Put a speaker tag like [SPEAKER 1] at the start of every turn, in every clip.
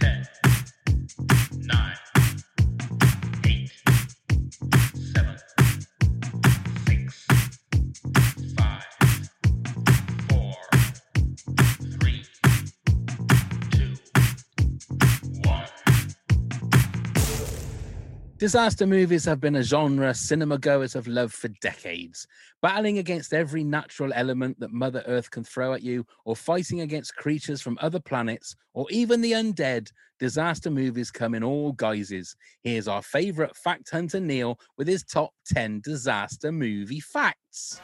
[SPEAKER 1] 10, 9, 8, 7, 6, 5, 4, 3, 2, 1.
[SPEAKER 2] Disaster movies have been a genre cinema goers have loved for decades, battling against every natural element that Mother Earth can throw at you, or fighting against creatures from other planets, or even the undead. Disaster movies come in all guises. Here's our favorite fact hunter Neil with his top 10 disaster movie facts.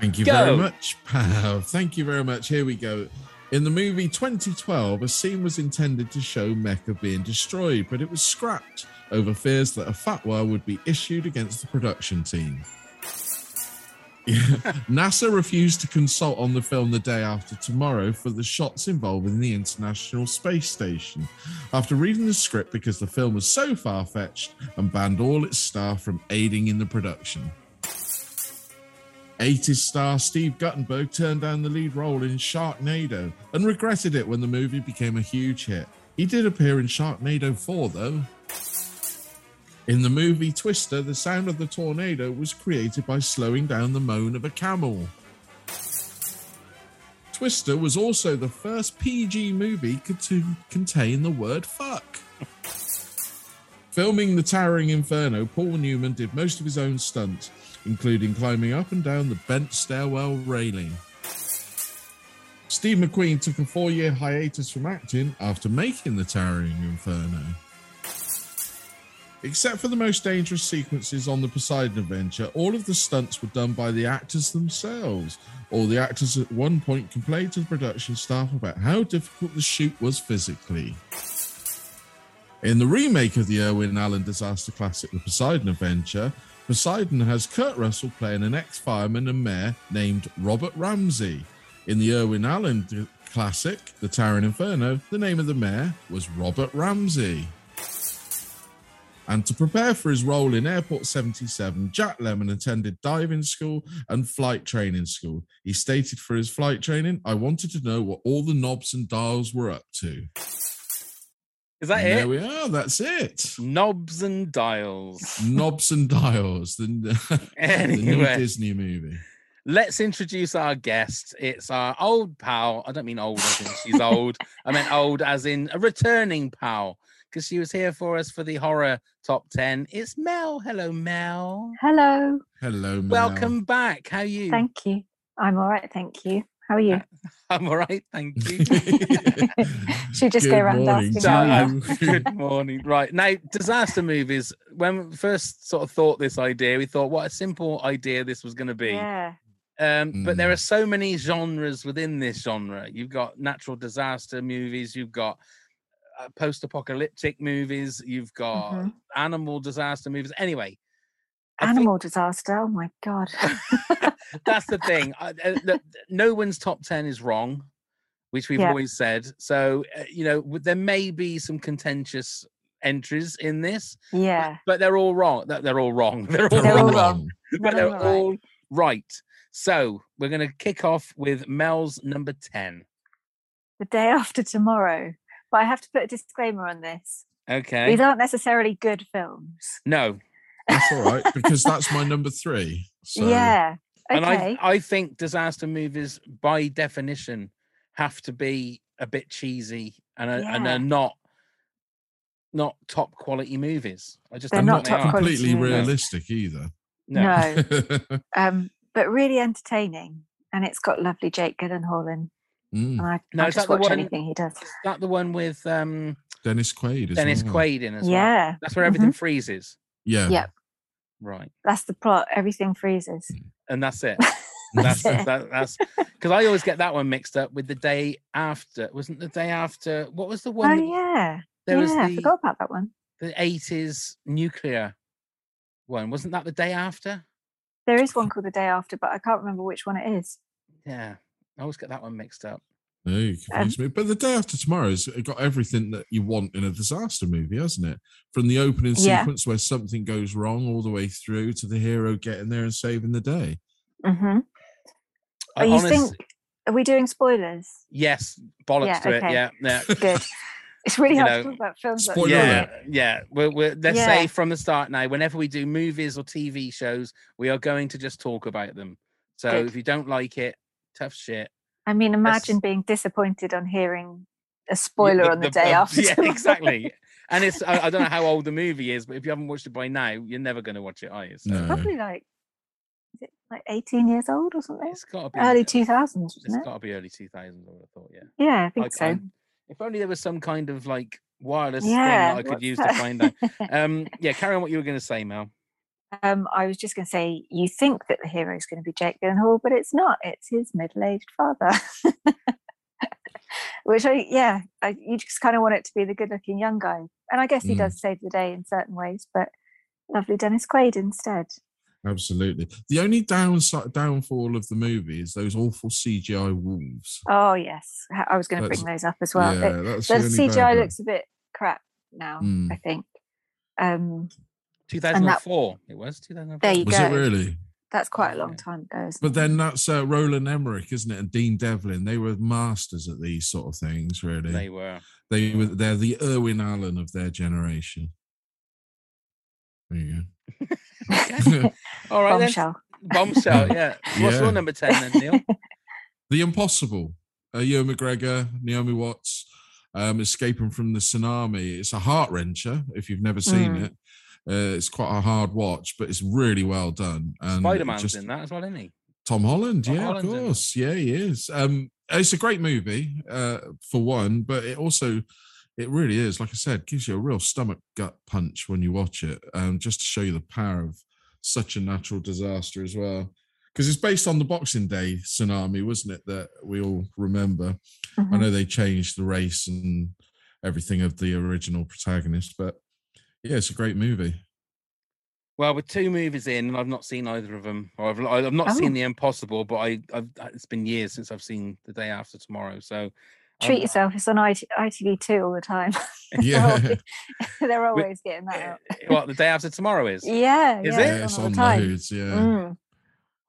[SPEAKER 3] Thank you
[SPEAKER 2] Go.
[SPEAKER 3] very much, Pav. Thank you very much. Here we go. In the movie 2012, a scene was intended to show Mecca being destroyed, but it was scrapped over fears that a fatwa would be issued against the production team. NASA refused to consult on the film the day after tomorrow for the shots involving the International Space Station. After reading the script, because the film was so far fetched, and banned all its staff from aiding in the production. 80s star Steve Guttenberg turned down the lead role in Sharknado and regretted it when the movie became a huge hit. He did appear in Sharknado 4, though. In the movie Twister, the sound of the tornado was created by slowing down the moan of a camel. Twister was also the first PG movie co- to contain the word fuck. Filming The Towering Inferno, Paul Newman did most of his own stunts, including climbing up and down the bent stairwell railing. Steve McQueen took a four year hiatus from acting after making The Towering Inferno. Except for the most dangerous sequences on the Poseidon Adventure, all of the stunts were done by the actors themselves. All the actors at one point complained to the production staff about how difficult the shoot was physically. In the remake of the Irwin Allen disaster classic, The Poseidon Adventure, Poseidon has Kurt Russell playing an ex fireman and mayor named Robert Ramsey. In the Irwin Allen d- classic, The Towering Inferno, the name of the mayor was Robert Ramsey. And to prepare for his role in Airport 77, Jack Lemon attended diving school and flight training school. He stated for his flight training, I wanted to know what all the knobs and dials were up to.
[SPEAKER 2] Is that
[SPEAKER 3] And
[SPEAKER 2] it?
[SPEAKER 3] There we are. That's it.
[SPEAKER 2] Knobs and dials.
[SPEAKER 3] Knobs and Dials, the, the new
[SPEAKER 2] Anyway.
[SPEAKER 3] Disney movie.
[SPEAKER 2] Let's introduce our guest. It's our old pal. I don't mean old as in she's old. I meant old as in a returning pal because she was here for us for the horror top 10. It's Mel. Hello, Mel.
[SPEAKER 4] Hello.
[SPEAKER 3] Hello, Mel.
[SPEAKER 2] Welcome back. How you?
[SPEAKER 4] Thank you. I'm all right. Thank you. How are you?
[SPEAKER 2] I'm all right. Thank you.
[SPEAKER 4] Should just go
[SPEAKER 3] Good
[SPEAKER 4] around
[SPEAKER 3] morning
[SPEAKER 4] asking
[SPEAKER 3] to
[SPEAKER 4] how you are.
[SPEAKER 3] you.
[SPEAKER 2] Good morning. Right. Now, disaster movies. When we first sort of thought this idea, we thought what a simple idea this was going to be.
[SPEAKER 4] Yeah.
[SPEAKER 2] Um, but there
[SPEAKER 3] Mm.
[SPEAKER 2] are so many genres within this genre. You've got natural disaster movies, you've got uh, post apocalyptic movies, you've got
[SPEAKER 4] Mhm.
[SPEAKER 2] animal disaster movies. Anyway, I think
[SPEAKER 4] Animal disaster. Oh my god.
[SPEAKER 2] that's the thing. I, uh, look, no one's top 10 is wrong, which we've
[SPEAKER 4] Yeah.
[SPEAKER 2] always said. So, uh, you know, w- there may be some contentious entries in this,
[SPEAKER 4] yeah.
[SPEAKER 2] but they're all wrong. They're they're all wrong. They're all
[SPEAKER 3] They're all
[SPEAKER 2] wrong.
[SPEAKER 3] wrong.
[SPEAKER 2] but
[SPEAKER 4] They're
[SPEAKER 2] they're
[SPEAKER 4] all right.
[SPEAKER 2] all right. So we're going to kick off with Mel's number 10.
[SPEAKER 4] The day after tomorrow. But I have to put a disclaimer on this.
[SPEAKER 2] Okay.
[SPEAKER 4] These aren't necessarily good films.
[SPEAKER 2] No.
[SPEAKER 3] That's all right because that's my number three. So
[SPEAKER 4] yeah. Okay.
[SPEAKER 2] And I, I think disaster movies, by definition, have to be a bit cheesy and are, and
[SPEAKER 4] Yeah.
[SPEAKER 2] are not not top quality movies. I just
[SPEAKER 4] They're
[SPEAKER 3] I'm
[SPEAKER 2] don't
[SPEAKER 4] not
[SPEAKER 3] not
[SPEAKER 2] think
[SPEAKER 4] top
[SPEAKER 2] they are.
[SPEAKER 4] quality
[SPEAKER 3] completely
[SPEAKER 4] movies.
[SPEAKER 3] realistic either.
[SPEAKER 2] No.
[SPEAKER 4] no. Um, but really entertaining. And it's got lovely Jake Gyllenhaal in.
[SPEAKER 3] Mm,
[SPEAKER 4] And I,
[SPEAKER 2] Hmm. Now,
[SPEAKER 4] I
[SPEAKER 2] is
[SPEAKER 4] just
[SPEAKER 2] that the
[SPEAKER 4] watch
[SPEAKER 2] one-
[SPEAKER 4] anything he does.
[SPEAKER 2] Is that the one with um,
[SPEAKER 3] Dennis Quaid. As
[SPEAKER 2] Dennis
[SPEAKER 3] well.
[SPEAKER 2] Quaid in as well?
[SPEAKER 4] Yeah.
[SPEAKER 2] That's where
[SPEAKER 4] Mhm.
[SPEAKER 2] everything freezes.
[SPEAKER 3] Yeah.
[SPEAKER 4] Yeah.
[SPEAKER 2] Right.
[SPEAKER 4] That's the plot. Everything freezes.
[SPEAKER 2] And that's it. That's
[SPEAKER 4] That's
[SPEAKER 2] that,
[SPEAKER 4] it.
[SPEAKER 2] that's because I always get that one mixed up with the day after. Wasn't the day after? What was the one?
[SPEAKER 4] Oh,
[SPEAKER 2] that-
[SPEAKER 4] yeah.
[SPEAKER 2] There was
[SPEAKER 4] yeah. I
[SPEAKER 2] the
[SPEAKER 4] forgot about that one.
[SPEAKER 2] the eighties nuclear one. Wasn't that the day after?
[SPEAKER 4] There is one called The Day After, but I can't remember which one it is.
[SPEAKER 2] Yeah, I always get that one mixed up.
[SPEAKER 3] No, you
[SPEAKER 4] Um,
[SPEAKER 3] confused me. But the day after tomorrow's got everything that you want in a disaster movie, hasn't it? From the opening
[SPEAKER 4] Yeah.
[SPEAKER 3] sequence where something goes wrong, all the way through to the hero getting there and saving the day.
[SPEAKER 4] Mm-hmm.
[SPEAKER 2] I
[SPEAKER 4] But Oh, you
[SPEAKER 2] honest-
[SPEAKER 4] think, are we doing spoilers?
[SPEAKER 2] Yes, bollocks
[SPEAKER 4] Yeah,
[SPEAKER 2] to it.
[SPEAKER 4] okay.
[SPEAKER 2] Yeah, yeah.
[SPEAKER 4] Good. It's really
[SPEAKER 2] You
[SPEAKER 4] hard
[SPEAKER 2] know,
[SPEAKER 4] to talk about films. like
[SPEAKER 3] spoiler
[SPEAKER 4] that.
[SPEAKER 2] yeah, yeah. We're, we're, let's
[SPEAKER 4] Yeah.
[SPEAKER 2] say from the start now, whenever we do movies or TV shows, we are going to just talk about them. So
[SPEAKER 4] Good.
[SPEAKER 2] if you don't like it, tough shit.
[SPEAKER 4] I mean, imagine
[SPEAKER 2] Yes.
[SPEAKER 4] being disappointed on hearing a
[SPEAKER 2] You-
[SPEAKER 4] spoiler on the, day
[SPEAKER 2] uh,
[SPEAKER 4] after.
[SPEAKER 2] Yeah,
[SPEAKER 4] tomorrow.
[SPEAKER 2] exactly. And it's, I, I don't know how old the movie is, but if you haven't watched it by now, you're never going to watch it, are you? So
[SPEAKER 3] No.
[SPEAKER 4] Probably like, is it like 18 years old or something?
[SPEAKER 2] It's got to be
[SPEAKER 4] Early 2000s,
[SPEAKER 2] It's
[SPEAKER 4] wasn't it?
[SPEAKER 2] got to be early 2000s, I would have thought, yeah.
[SPEAKER 4] Yeah, I think
[SPEAKER 2] Like,
[SPEAKER 4] so.
[SPEAKER 2] I'm- if only there was some kind of like wireless
[SPEAKER 4] yeah.
[SPEAKER 2] thing that I could
[SPEAKER 4] what's
[SPEAKER 2] use
[SPEAKER 4] that?
[SPEAKER 2] to find out. Um, yeah, carry on what you were going to say, Mel.
[SPEAKER 4] um, I was just going to say, you think that the hero is going to be Jake Gyllenhaal, but it's not. It's his middle-aged father. Which I, yeah, I, you just kind of want it to be the good-looking young guy, and I guess he
[SPEAKER 3] Mm.
[SPEAKER 4] does save the day in certain ways, but lovely Dennis Quaid instead.
[SPEAKER 3] Absolutely. The only downside downfall of the movie is those awful CGI wolves.
[SPEAKER 4] Oh yes, I I was going to
[SPEAKER 3] That's-
[SPEAKER 4] bring those up as well. It-
[SPEAKER 3] yeah, that's
[SPEAKER 4] the
[SPEAKER 3] the, only bad
[SPEAKER 4] CGI
[SPEAKER 3] bit.
[SPEAKER 4] looks a bit crap now.
[SPEAKER 3] Mm.
[SPEAKER 4] I think um,
[SPEAKER 2] 2004, it was 2004.
[SPEAKER 4] There you
[SPEAKER 3] Was
[SPEAKER 4] go.
[SPEAKER 3] it really?
[SPEAKER 4] that's quite a long
[SPEAKER 2] Yeah.
[SPEAKER 4] time ago. isn't
[SPEAKER 3] Oh, But
[SPEAKER 4] it?
[SPEAKER 3] then that's uh, Roland Emmerich, isn't it? And Dean Devlin. They were masters at these sort of things, really.
[SPEAKER 2] They were.
[SPEAKER 3] They were they're the Irwin Allen of their generation. There you go.
[SPEAKER 2] All right, then.
[SPEAKER 4] bombshell.
[SPEAKER 2] Bombshell, yeah. What's
[SPEAKER 3] Yeah. Um,
[SPEAKER 2] your number 10 then, Neil?
[SPEAKER 3] the Impossible. Uh, Ewan McGregor, Naomi Watts, um, escaping from the tsunami. It's a heart wrencher if you've never seen
[SPEAKER 4] Mm.
[SPEAKER 3] it. Uh, it's quite a hard watch, but it's really well done. And it
[SPEAKER 2] Spider Man's
[SPEAKER 3] just-
[SPEAKER 2] in that as well, isn't he?
[SPEAKER 3] Tom Holland,
[SPEAKER 2] Tom
[SPEAKER 3] yeah,
[SPEAKER 2] Holland's
[SPEAKER 3] of
[SPEAKER 2] in it.
[SPEAKER 3] course, yeah, he is. Um, it's a great movie, uh, for one, but it also, it really is, like I said, gives you a real stomach gut punch when you watch it, um, just to show you the power of such a natural disaster as well. Because it's based on the Boxing Day tsunami, wasn't it? That we all remember. I
[SPEAKER 4] Mhm.
[SPEAKER 3] know they changed the race and everything of the original protagonist, but yeah, it's a great movie.
[SPEAKER 2] Well, with two movies in, and I've not seen either of them, or I've, I've not
[SPEAKER 4] Oh.
[SPEAKER 2] seen The Impossible, but I, I've, uh, it's been years since I've seen The Day After Tomorrow. So
[SPEAKER 4] Treat
[SPEAKER 2] um,
[SPEAKER 4] yourself. It's on IT- ITV2 all the time. They're
[SPEAKER 3] Yeah,
[SPEAKER 4] always- They're
[SPEAKER 2] Wi-
[SPEAKER 4] always getting that out.
[SPEAKER 2] eh, What, The Day After Tomorrow is?
[SPEAKER 4] Yeah,
[SPEAKER 2] Is
[SPEAKER 4] yeah,
[SPEAKER 2] it?
[SPEAKER 3] yeah,
[SPEAKER 4] it's
[SPEAKER 3] it's
[SPEAKER 4] on all
[SPEAKER 3] on
[SPEAKER 4] the time.
[SPEAKER 3] loads. Yeah,
[SPEAKER 4] Mm.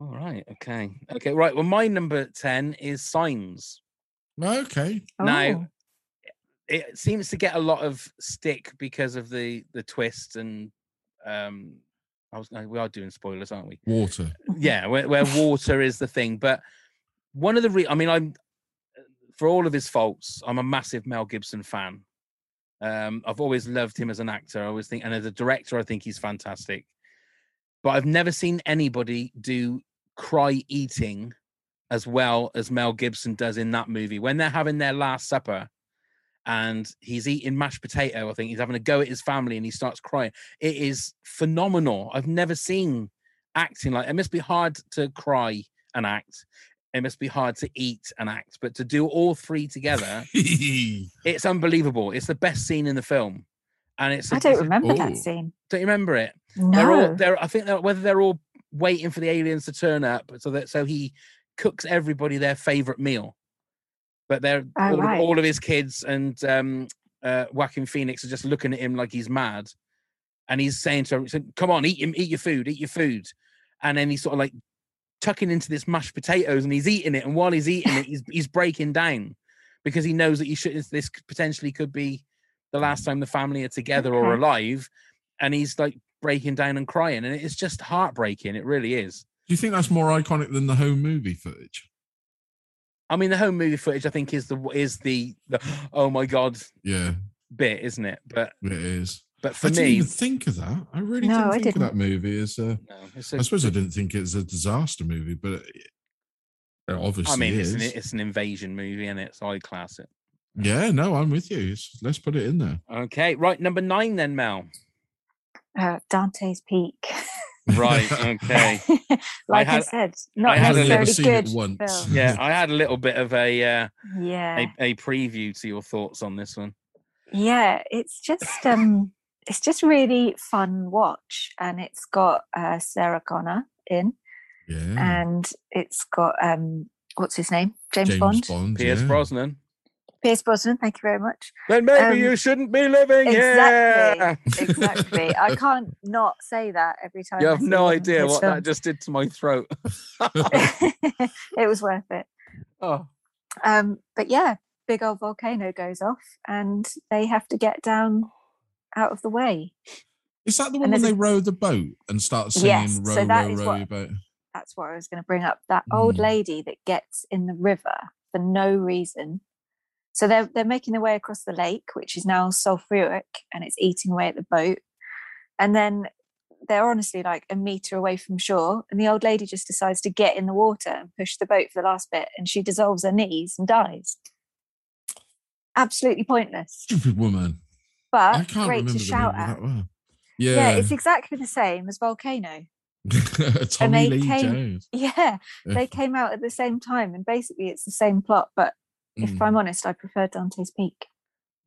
[SPEAKER 2] All right. Okay. Okay. Right. Well, my number 10 is Signs.
[SPEAKER 3] okay,
[SPEAKER 2] Now,
[SPEAKER 4] Oh,
[SPEAKER 2] it seems to get a lot of stick because of the the twist and um I was no, we are doing spoilers, aren't we?
[SPEAKER 3] water.
[SPEAKER 2] Yeah, where, where water is the thing, but one of the re- I mean I'm for all of his faults, I'm a massive Mel Gibson fan. Um, I've always loved him as an actor. I always think, and as a director, I think he's fantastic. But I've never seen anybody do cry eating as well as Mel Gibson does in that movie. When they're having their last supper and he's eating mashed potato, I think he's having a go at his family and he starts crying. It is phenomenal. I've never seen acting like it must be hard to cry and act. It must be hard to eat and act, but to do all three together, it's unbelievable. It's the best scene in the film. And it's
[SPEAKER 4] I
[SPEAKER 2] a-
[SPEAKER 4] don't
[SPEAKER 2] it's a-
[SPEAKER 4] remember
[SPEAKER 3] Oh.
[SPEAKER 4] that scene.
[SPEAKER 2] don't you remember it? They're all
[SPEAKER 4] No.
[SPEAKER 2] they're I think they're, whether they're all waiting for the aliens to turn up so that so he cooks everybody their favorite meal. But they're
[SPEAKER 4] Oh,
[SPEAKER 2] all, of-
[SPEAKER 4] right.
[SPEAKER 2] all of his kids and um uh Joaquin Phoenix are just looking at him like he's mad. And he's saying to him, come on, eat him, eat your food, eat your food. And then he's sort of like tucking into this mashed potatoes and he's eating it. And while he's eating it, he's he's breaking down. because he knows that you should. This potentially could be the last time the family are together or
[SPEAKER 4] Okay.
[SPEAKER 2] alive, and he's like breaking down and crying, and it's just heartbreaking. It really is.
[SPEAKER 3] Do you think that's more iconic than the home movie footage?
[SPEAKER 2] I mean, the home movie footage, I think, is the is the, the oh my god
[SPEAKER 3] Yeah,
[SPEAKER 2] bit, isn't it? But
[SPEAKER 3] it is.
[SPEAKER 2] but for
[SPEAKER 3] I didn't
[SPEAKER 2] me,
[SPEAKER 3] even think of that. I really
[SPEAKER 4] No,
[SPEAKER 3] didn't
[SPEAKER 4] I
[SPEAKER 3] think
[SPEAKER 4] didn't.
[SPEAKER 3] of that movie as a.
[SPEAKER 2] no, it's
[SPEAKER 3] I
[SPEAKER 2] a-
[SPEAKER 3] suppose I didn't think it was a disaster movie, but it, it obviously
[SPEAKER 2] I mean, it's
[SPEAKER 3] is.
[SPEAKER 2] an, it's an invasion movie, and it's I class it.
[SPEAKER 3] yeah, no, I'm with you. It's, let's put it in there.
[SPEAKER 2] Okay, right, number nine then, Mel.
[SPEAKER 4] Uh, Dante's Peak.
[SPEAKER 2] Right, okay.
[SPEAKER 4] like I,
[SPEAKER 2] had-
[SPEAKER 4] said, not
[SPEAKER 2] I had a
[SPEAKER 3] I've never
[SPEAKER 4] necessarily
[SPEAKER 3] seen
[SPEAKER 4] good
[SPEAKER 3] it once.
[SPEAKER 4] film.
[SPEAKER 2] Yeah, I had a little bit of a uh,
[SPEAKER 4] Yeah.
[SPEAKER 2] a, a preview to your thoughts on this one.
[SPEAKER 4] yeah it's just um it's just really fun watch and it's got uh sarah connor in
[SPEAKER 3] yeah.
[SPEAKER 4] and it's got um what's his name Uh, james, bond
[SPEAKER 2] Pierce
[SPEAKER 3] yeah.
[SPEAKER 2] Brosnan.
[SPEAKER 4] pierce brosnan thank you very much
[SPEAKER 2] Then maybe
[SPEAKER 4] Um,
[SPEAKER 2] you shouldn't be living
[SPEAKER 4] exactly
[SPEAKER 2] here.
[SPEAKER 4] exactly i can't not say that every time
[SPEAKER 2] You
[SPEAKER 4] I
[SPEAKER 2] have
[SPEAKER 4] see
[SPEAKER 2] no
[SPEAKER 4] one of
[SPEAKER 2] idea
[SPEAKER 4] his
[SPEAKER 2] what that
[SPEAKER 4] films.
[SPEAKER 2] just did to my throat.
[SPEAKER 4] it was worth it
[SPEAKER 2] Oh,
[SPEAKER 4] um but yeah big old volcano goes off and they have to get down out of the way
[SPEAKER 3] Is that the one
[SPEAKER 4] And
[SPEAKER 3] when
[SPEAKER 4] there's
[SPEAKER 3] they
[SPEAKER 4] a-
[SPEAKER 3] row the boat and start singing
[SPEAKER 4] Yes,
[SPEAKER 3] row,
[SPEAKER 4] so that
[SPEAKER 3] row,
[SPEAKER 4] is
[SPEAKER 3] row
[SPEAKER 4] what-
[SPEAKER 3] your boat?
[SPEAKER 4] that's what I was going to bring up. That old
[SPEAKER 3] Mm.
[SPEAKER 4] lady that gets in the river for no reason. So they're they're making their way across the lake, which is now sulfuric, and it's eating away at the boat. And then they're honestly like a meter away from shore, and the old lady just decides to get in the water and push the boat for the last bit, and she dissolves her knees and dies. Absolutely pointless,
[SPEAKER 3] Stupid woman. I
[SPEAKER 4] but
[SPEAKER 3] can't
[SPEAKER 4] great
[SPEAKER 3] remember
[SPEAKER 4] to
[SPEAKER 3] the
[SPEAKER 4] shout
[SPEAKER 3] movie
[SPEAKER 4] at.
[SPEAKER 3] that well.
[SPEAKER 4] Yeah.
[SPEAKER 3] Yeah.
[SPEAKER 4] it's exactly the same as volcano.
[SPEAKER 3] Tommy
[SPEAKER 4] they
[SPEAKER 3] Lee
[SPEAKER 4] came-
[SPEAKER 3] Jones.
[SPEAKER 4] Yeah,
[SPEAKER 3] Yeah.
[SPEAKER 2] Mm-hmm.
[SPEAKER 4] they came out at the same time, and basically it's the same plot, but If
[SPEAKER 3] Mm.
[SPEAKER 4] I'm honest, I prefer Dante's Peak.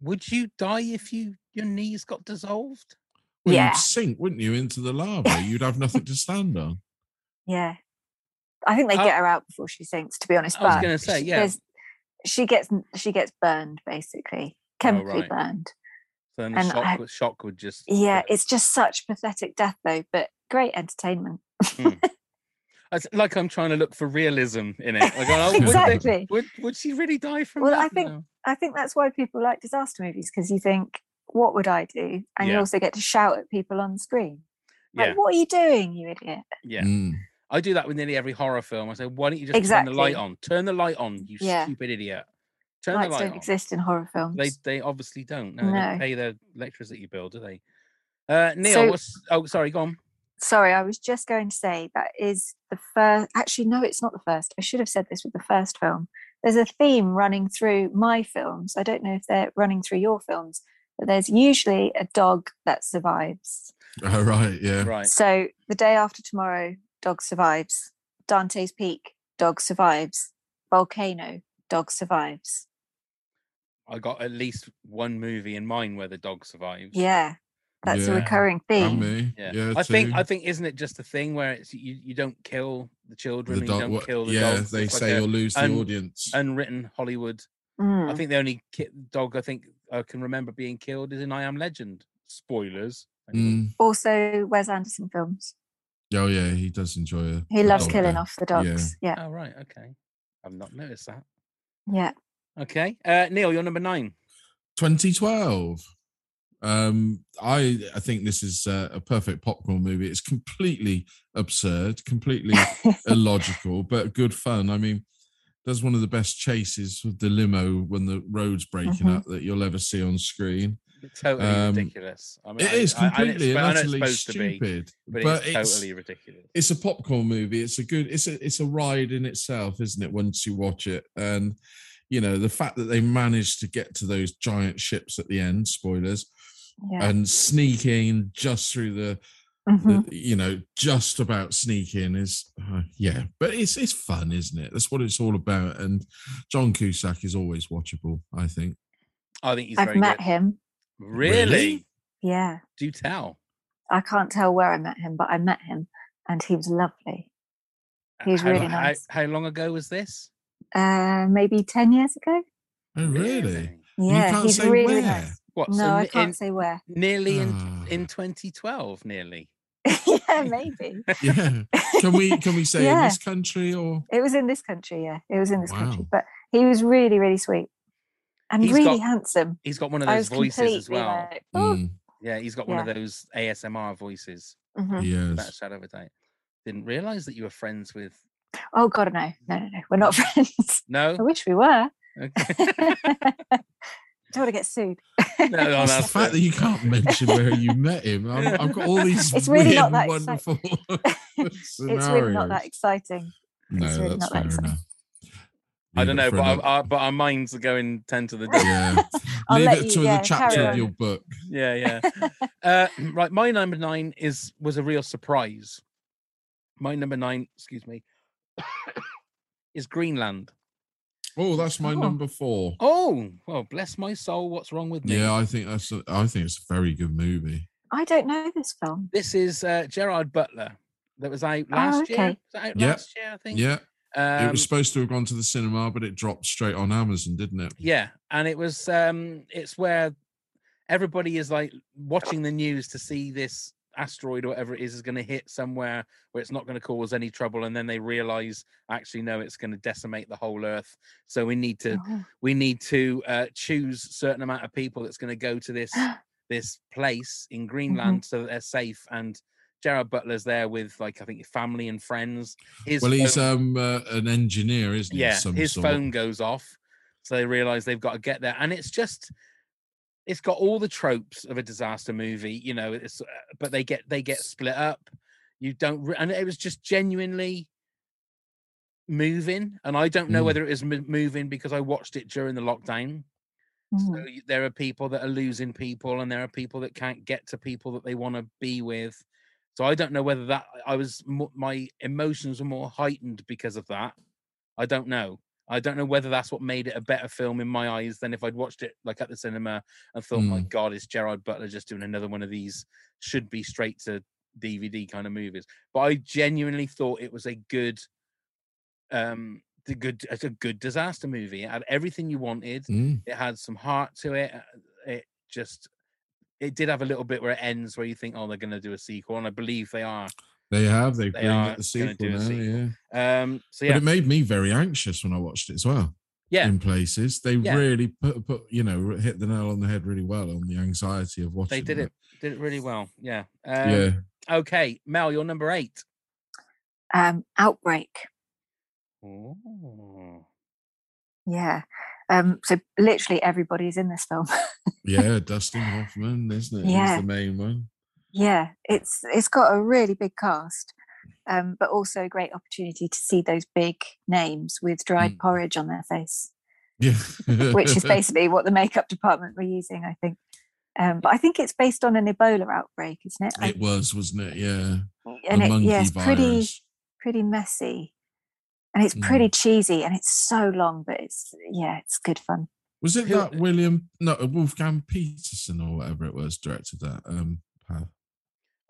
[SPEAKER 2] would you die if you your knees got dissolved?
[SPEAKER 3] Well,
[SPEAKER 4] Yeah.
[SPEAKER 3] you'd sink, wouldn't you, into the lava? You'd have nothing to stand on.
[SPEAKER 4] Yeah. I think they
[SPEAKER 2] Oh.
[SPEAKER 4] get her out before she sinks, to be honest.
[SPEAKER 2] I was
[SPEAKER 4] but
[SPEAKER 2] gonna say,
[SPEAKER 4] she-
[SPEAKER 2] yeah.
[SPEAKER 4] there's- She gets she gets burned basically, chemically
[SPEAKER 2] Oh, right.
[SPEAKER 4] burned.
[SPEAKER 2] Then the
[SPEAKER 4] And
[SPEAKER 2] shock,
[SPEAKER 4] I-
[SPEAKER 2] would- shock would just
[SPEAKER 4] Yeah, it's just such pathetic death though, but great entertainment.
[SPEAKER 2] It's like I'm trying to look for realism in it. Like, oh, would they-
[SPEAKER 4] exactly.
[SPEAKER 2] Would, would she really die from
[SPEAKER 4] Well,
[SPEAKER 2] that?
[SPEAKER 4] I think-
[SPEAKER 2] No.
[SPEAKER 4] I think that's why people like disaster movies because you think, what would I do? And you
[SPEAKER 2] Yeah.
[SPEAKER 4] also get to shout at people on screen. Like,
[SPEAKER 2] Yeah,
[SPEAKER 4] what are you doing, you idiot?
[SPEAKER 2] yeah.
[SPEAKER 3] Mm.
[SPEAKER 2] I do that with nearly every horror film. I say, why don't you just turn the
[SPEAKER 4] Exactly.
[SPEAKER 2] light on? Turn the light on, you
[SPEAKER 4] Yeah.
[SPEAKER 2] stupid idiot. Turn
[SPEAKER 4] Lights
[SPEAKER 2] the light
[SPEAKER 4] don't
[SPEAKER 2] on.
[SPEAKER 4] exist in horror films.
[SPEAKER 2] They they obviously don't. No, they don't
[SPEAKER 4] No.
[SPEAKER 2] pay their electricity bill, do they? Uh, Neil,
[SPEAKER 4] So-
[SPEAKER 2] what's oh sorry, go on.
[SPEAKER 4] sorry, I was just going to say that is the first. Actually, no, it's not the first. I should have said this with the first film. There's a theme running through my films. I don't know if they're running through your films, but there's usually a dog that survives.
[SPEAKER 3] All right, yeah.
[SPEAKER 2] Right.
[SPEAKER 4] So the day after tomorrow, dog survives. Dante's Peak, dog survives. Volcano, dog survives.
[SPEAKER 2] I got at least one movie in mind where the dog survives.
[SPEAKER 4] Yeah, that's
[SPEAKER 3] Yeah,
[SPEAKER 4] a recurring
[SPEAKER 3] And
[SPEAKER 4] theme.
[SPEAKER 3] me.
[SPEAKER 2] Yeah.
[SPEAKER 3] Yeah.
[SPEAKER 2] I think
[SPEAKER 3] too.
[SPEAKER 2] I think isn't it just a thing where it's you, you don't kill the children
[SPEAKER 3] The
[SPEAKER 2] and
[SPEAKER 3] dog-
[SPEAKER 2] you don't
[SPEAKER 3] what-
[SPEAKER 2] kill the
[SPEAKER 3] yeah,
[SPEAKER 2] dogs.
[SPEAKER 3] they
[SPEAKER 2] It's like
[SPEAKER 3] say
[SPEAKER 2] a
[SPEAKER 3] you'll lose the
[SPEAKER 2] un-
[SPEAKER 3] audience.
[SPEAKER 2] unwritten Hollywood I
[SPEAKER 4] Mm.
[SPEAKER 2] think the only ki- dog I think I can remember being killed is in I Am Legend. Spoilers. anyone.
[SPEAKER 3] Mm.
[SPEAKER 4] Also, Wes Anderson films.
[SPEAKER 3] Oh yeah, he does enjoy it.
[SPEAKER 4] He loves
[SPEAKER 2] dog,
[SPEAKER 4] killing
[SPEAKER 3] Oh, yeah.
[SPEAKER 4] off the
[SPEAKER 3] Yeah.
[SPEAKER 4] dogs. Yeah,
[SPEAKER 2] Oh right, okay. I've not noticed that.
[SPEAKER 4] yeah.
[SPEAKER 2] Okay, uh, Neil, you're number nine.
[SPEAKER 3] 2012. Um, I I think this is uh, a perfect popcorn movie. It's completely absurd, completely illogical, but good fun. I mean, that's one of the best chases with the limo when the road's breaking
[SPEAKER 4] Mhm.
[SPEAKER 3] up that you'll ever see on screen.
[SPEAKER 2] Totally
[SPEAKER 3] Um,
[SPEAKER 2] ridiculous. I
[SPEAKER 3] It is
[SPEAKER 2] I- I- and
[SPEAKER 3] completely
[SPEAKER 2] it's- I know it's
[SPEAKER 3] and utterly
[SPEAKER 2] supposed to be,
[SPEAKER 3] stupid,
[SPEAKER 2] but, it's, totally ridiculous.
[SPEAKER 3] it's a popcorn movie. It's a good. It's a it's a ride in itself, isn't it? Once you watch it, and you know the fact that they managed to get to those giant ships at the end. Spoilers
[SPEAKER 4] Yeah.
[SPEAKER 3] and sneaking just through the,
[SPEAKER 4] Mhm.
[SPEAKER 3] the you know just about sneaking is uh, yeah, but it's it's fun, isn't it? That's what it's all about. And John Cusack is always watchable. I think.
[SPEAKER 2] I think he's
[SPEAKER 4] I've
[SPEAKER 2] very
[SPEAKER 4] met
[SPEAKER 2] good.
[SPEAKER 4] him.
[SPEAKER 2] Really?
[SPEAKER 3] Really?
[SPEAKER 4] Yeah.
[SPEAKER 2] Do tell.
[SPEAKER 4] I can't tell where I met him, but I met him and he was lovely. He was
[SPEAKER 2] how,
[SPEAKER 4] really
[SPEAKER 2] lo- how-
[SPEAKER 4] nice.
[SPEAKER 2] How, long ago was this?
[SPEAKER 4] Uh, maybe 10 years ago.
[SPEAKER 3] Oh really?
[SPEAKER 2] Really?
[SPEAKER 3] you
[SPEAKER 4] Yeah.
[SPEAKER 3] can't
[SPEAKER 4] He's
[SPEAKER 3] say
[SPEAKER 4] really
[SPEAKER 3] where.
[SPEAKER 4] nice.
[SPEAKER 2] What?
[SPEAKER 4] No,
[SPEAKER 2] so
[SPEAKER 4] I
[SPEAKER 2] n-
[SPEAKER 4] can't
[SPEAKER 2] in-
[SPEAKER 4] say where.
[SPEAKER 2] Nearly in,
[SPEAKER 3] Ah.
[SPEAKER 2] in 2012, nearly.
[SPEAKER 4] yeah, maybe.
[SPEAKER 3] Yeah. Can we can we say in
[SPEAKER 4] Yeah.
[SPEAKER 3] this country or?
[SPEAKER 4] It was in this country. Yeah. It was in this country.
[SPEAKER 3] Wow.
[SPEAKER 4] But he was really, really sweet. and
[SPEAKER 2] He's
[SPEAKER 4] really
[SPEAKER 2] got
[SPEAKER 4] handsome.
[SPEAKER 2] He's got one of
[SPEAKER 4] I
[SPEAKER 2] those
[SPEAKER 4] was
[SPEAKER 2] voices
[SPEAKER 4] completely
[SPEAKER 2] as well.
[SPEAKER 4] like, oh.
[SPEAKER 3] Mm,
[SPEAKER 2] Yeah, he's got one of those ASMR voices.
[SPEAKER 4] mhm.
[SPEAKER 2] That
[SPEAKER 3] yes.
[SPEAKER 2] shadow of a date. Didn't realize that you were friends with.
[SPEAKER 4] oh god, no, no, no, no, we're not friends. I
[SPEAKER 2] No.
[SPEAKER 4] wish we were.
[SPEAKER 2] Okay.
[SPEAKER 4] Don't want to get sued.
[SPEAKER 2] no, no,
[SPEAKER 3] It's the
[SPEAKER 2] that's
[SPEAKER 3] fact
[SPEAKER 2] it.
[SPEAKER 3] that you can't mention where you met him. I'm, I've got all these
[SPEAKER 4] It's really
[SPEAKER 3] weird,
[SPEAKER 4] not that
[SPEAKER 3] wonderful.
[SPEAKER 4] exciting. It's really not that
[SPEAKER 3] scenarios.
[SPEAKER 4] exciting.
[SPEAKER 3] No,
[SPEAKER 4] It's really
[SPEAKER 3] that's
[SPEAKER 4] not
[SPEAKER 3] fair
[SPEAKER 4] that exciting.
[SPEAKER 3] enough.
[SPEAKER 2] I don't know,
[SPEAKER 3] Leave
[SPEAKER 2] but
[SPEAKER 3] it for
[SPEAKER 2] our,
[SPEAKER 3] another-
[SPEAKER 2] our, but our minds are going ten to the. d-
[SPEAKER 3] yeah.
[SPEAKER 4] I'll
[SPEAKER 3] Leave
[SPEAKER 4] let
[SPEAKER 3] it
[SPEAKER 4] you-
[SPEAKER 3] to
[SPEAKER 4] yeah,
[SPEAKER 3] the chapter
[SPEAKER 2] carry
[SPEAKER 3] of
[SPEAKER 2] on.
[SPEAKER 3] your book.
[SPEAKER 2] yeah, yeah. Uh, right, my number nine is was a real surprise. My number nine, excuse me, is Greenland.
[SPEAKER 3] Oh, that's my
[SPEAKER 4] Oh.
[SPEAKER 3] number four.
[SPEAKER 2] Oh, well, bless my soul. What's wrong with me?
[SPEAKER 3] Yeah, I think that's. A, I think it's a very good movie.
[SPEAKER 4] I don't know this film.
[SPEAKER 2] This is uh, Gerard Butler that was out last year.
[SPEAKER 4] okay.
[SPEAKER 2] Was that out
[SPEAKER 3] Yeah.
[SPEAKER 2] last year, I think.
[SPEAKER 3] Yeah,
[SPEAKER 2] Um,
[SPEAKER 3] it was supposed to have gone to the cinema, but it dropped straight on Amazon, didn't it?
[SPEAKER 2] Yeah, and it was um it's where everybody is like watching the news to see this asteroid or whatever it is is going to hit somewhere where it's not going to cause any trouble and then they realize actually no it's going to decimate the whole earth so we need to
[SPEAKER 4] Oh.
[SPEAKER 2] we need to uh, choose certain amount of people that's going to go to this this place in Greenland so that they're safe and Gerard Butler's there with like I think family and friends his
[SPEAKER 3] well, he's
[SPEAKER 2] phone-
[SPEAKER 3] um uh, an engineer, isn't he? of
[SPEAKER 2] yeah
[SPEAKER 3] some
[SPEAKER 2] his
[SPEAKER 3] sort?
[SPEAKER 2] phone goes off so they realize they've got to get there and it's just it's got all the tropes of a disaster movie you know it's uh, but they get they get split up you don't re- and it was just genuinely moving and i don't know
[SPEAKER 3] Mm.
[SPEAKER 2] whether it was m- moving because i watched it during the lockdown so
[SPEAKER 4] Mm.
[SPEAKER 2] y- there are people that are losing people, and there are people that can't get to people that they want to be with. So I don't know whether that I was mo- my emotions were more heightened because of that. I don't know. I don't know whether that's what made it a better film in my eyes than if I'd watched it like at the cinema and thought, "My
[SPEAKER 3] Mm.
[SPEAKER 2] God, it's Gerard Butler just doing another one of these should be straight to DVD kind of movies." But I genuinely thought it was a good, um, the good, it's a good disaster movie. It had everything you wanted
[SPEAKER 3] Mm.
[SPEAKER 2] it had some heart to it uh, it just it did have a little bit where it ends where you think oh they're going to do a sequel and i believe they are
[SPEAKER 3] They have. They,
[SPEAKER 2] They
[SPEAKER 3] bring
[SPEAKER 2] are
[SPEAKER 3] it the
[SPEAKER 2] gonna
[SPEAKER 3] sequel
[SPEAKER 2] do a
[SPEAKER 3] now.
[SPEAKER 2] sequel.
[SPEAKER 3] Yeah.
[SPEAKER 2] um so
[SPEAKER 3] But
[SPEAKER 2] yeah
[SPEAKER 3] it made me very anxious when I watched it as well.
[SPEAKER 2] yeah
[SPEAKER 3] In places, they
[SPEAKER 2] Yeah.
[SPEAKER 3] really put put you know hit the nail on the head really well on the anxiety of watching.
[SPEAKER 2] they did
[SPEAKER 3] that.
[SPEAKER 2] it did it really well yeah um,
[SPEAKER 3] yeah.
[SPEAKER 2] okay mel you're number eight
[SPEAKER 4] Um, Outbreak.
[SPEAKER 2] Ooh.
[SPEAKER 4] Yeah. Um, so literally everybody's in this film.
[SPEAKER 3] Yeah, Dustin Hoffman, isn't it?
[SPEAKER 4] Yeah.
[SPEAKER 3] He's the main one.
[SPEAKER 4] yeah, it's it's got a really big cast, um, but also a great opportunity to see those big names with dried
[SPEAKER 3] Mm.
[SPEAKER 4] porridge on their face,
[SPEAKER 3] Yeah.
[SPEAKER 4] which is basically what the makeup department were using, I think. Um, but I think it's based on an Ebola outbreak, isn't it? I-
[SPEAKER 3] It was, wasn't it? Yeah.
[SPEAKER 4] and
[SPEAKER 3] the
[SPEAKER 4] it,
[SPEAKER 3] monkey
[SPEAKER 4] yeah, it's pretty
[SPEAKER 3] virus.
[SPEAKER 4] pretty messy, and it's
[SPEAKER 3] Mm.
[SPEAKER 4] pretty cheesy, and it's so long, but it's yeah, it's good fun.
[SPEAKER 3] Was it
[SPEAKER 2] Who-
[SPEAKER 3] that William no uh, Wolfgang Peterson or whatever it was directed that? Um path,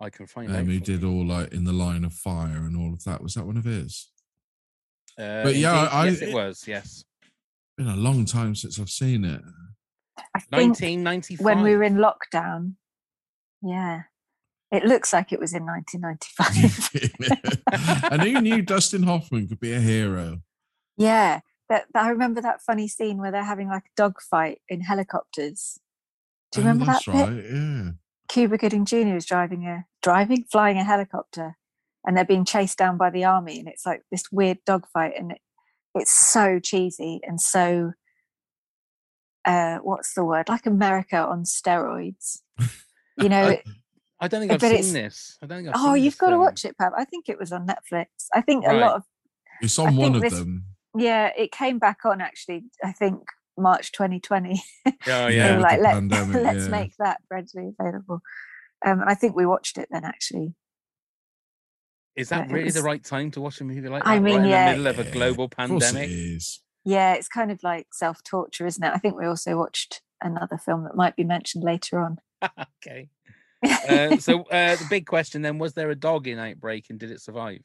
[SPEAKER 2] i can find out
[SPEAKER 3] um, who
[SPEAKER 2] for
[SPEAKER 3] did
[SPEAKER 2] you.
[SPEAKER 3] all like in the line of fire and all of that. Was that one of his?
[SPEAKER 2] Uh,
[SPEAKER 3] but yeah,
[SPEAKER 2] indeed,
[SPEAKER 3] I-
[SPEAKER 2] yes it
[SPEAKER 3] it-
[SPEAKER 2] was yes
[SPEAKER 3] Been a long time since I've seen it.
[SPEAKER 4] I think
[SPEAKER 2] 1995
[SPEAKER 4] when we were in lockdown. Yeah. It looks like it was in 1995.
[SPEAKER 3] and who knew Dustin Hoffman could be a hero?
[SPEAKER 4] yeah. That, that- I remember that funny scene where they're having like a dogfight in helicopters. Do you
[SPEAKER 3] Oh,
[SPEAKER 4] remember
[SPEAKER 3] that's
[SPEAKER 4] that bit?
[SPEAKER 3] right, yeah.
[SPEAKER 4] Cuba Gooding Jr. is driving a driving, flying a helicopter, and they're being chased down by the army, and it's like this weird dogfight, and it, it's so cheesy and so uh, what's the word? Like America on steroids. You know,
[SPEAKER 3] I-
[SPEAKER 4] it-
[SPEAKER 2] i don't think
[SPEAKER 4] eh, but
[SPEAKER 2] i've seen
[SPEAKER 4] it's-
[SPEAKER 2] this i don't think I've
[SPEAKER 4] Oh,
[SPEAKER 2] seen
[SPEAKER 4] you've
[SPEAKER 2] this
[SPEAKER 4] got to
[SPEAKER 3] um,
[SPEAKER 2] film.
[SPEAKER 4] watch it, Pam. I think it was on Netflix. I think a
[SPEAKER 2] Right.
[SPEAKER 4] lot of
[SPEAKER 3] It's
[SPEAKER 4] I
[SPEAKER 3] on one
[SPEAKER 4] think
[SPEAKER 3] of
[SPEAKER 4] this-
[SPEAKER 3] them.
[SPEAKER 4] yeah, it came back on actually. I think March 2020.
[SPEAKER 2] oh
[SPEAKER 3] Yeah,
[SPEAKER 4] they
[SPEAKER 2] yeah
[SPEAKER 4] were
[SPEAKER 3] with
[SPEAKER 4] like,
[SPEAKER 3] the
[SPEAKER 4] Let,
[SPEAKER 3] pandemic,
[SPEAKER 4] let's
[SPEAKER 3] yeah.
[SPEAKER 4] make that readily available. Um, and I think we watched it then actually.
[SPEAKER 2] is that
[SPEAKER 4] it
[SPEAKER 2] really the
[SPEAKER 4] was-
[SPEAKER 2] right time to watch a movie like that
[SPEAKER 4] I
[SPEAKER 2] right
[SPEAKER 4] mean,
[SPEAKER 2] in
[SPEAKER 4] yeah.
[SPEAKER 2] the middle of a
[SPEAKER 3] Yeah,
[SPEAKER 2] global
[SPEAKER 3] Of course it
[SPEAKER 2] pandemic
[SPEAKER 3] is.
[SPEAKER 4] Yeah, it's kind of like self torture, isn't it? I think we also watched another film that might be mentioned later on.
[SPEAKER 2] okay Uh, so uh, the big question then was there a dog in outbreak and did it survive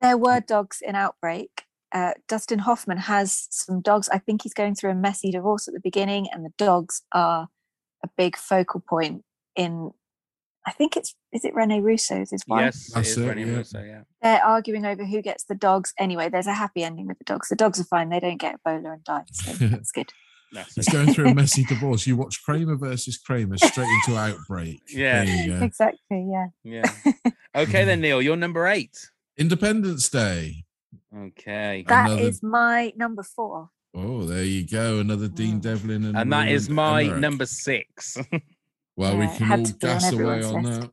[SPEAKER 4] There were dogs in Outbreak. Uh, Dustin Hoffman has some dogs. I think he's going through a messy divorce at the beginning, and the dogs are a big focal point in. I think it's is it Rene Russo's his wife.
[SPEAKER 2] yes
[SPEAKER 3] That's
[SPEAKER 2] it is
[SPEAKER 3] it,
[SPEAKER 2] Rennie
[SPEAKER 3] yeah.
[SPEAKER 2] Russo, yeah
[SPEAKER 4] They're arguing over who gets the dogs. Anyway, there's a happy ending with the dogs. The dogs are fine. They don't get Ebola and die. So that's good.
[SPEAKER 2] That's
[SPEAKER 3] He's
[SPEAKER 2] it.
[SPEAKER 3] going through a messy divorce. You watch Kramer versus Kramer straight into Outbreak.
[SPEAKER 2] Yeah.
[SPEAKER 3] There you go.
[SPEAKER 4] Exactly. Yeah.
[SPEAKER 2] Yeah. Okay, then, Neil, you're number eight.
[SPEAKER 3] Independence Day.
[SPEAKER 2] Okay.
[SPEAKER 4] that is
[SPEAKER 3] Another-
[SPEAKER 4] my number four.
[SPEAKER 3] Oh, there you go. Another
[SPEAKER 4] Mm.
[SPEAKER 3] Dean Devlin. And,
[SPEAKER 2] And that is
[SPEAKER 3] Roland
[SPEAKER 2] my
[SPEAKER 3] Emmerich.
[SPEAKER 2] number six.
[SPEAKER 3] Oh, Well,
[SPEAKER 4] Yeah,
[SPEAKER 3] we
[SPEAKER 4] it
[SPEAKER 3] can
[SPEAKER 4] had
[SPEAKER 3] all
[SPEAKER 4] to be on
[SPEAKER 3] gas away
[SPEAKER 4] everyone's
[SPEAKER 3] on
[SPEAKER 4] list.
[SPEAKER 3] that.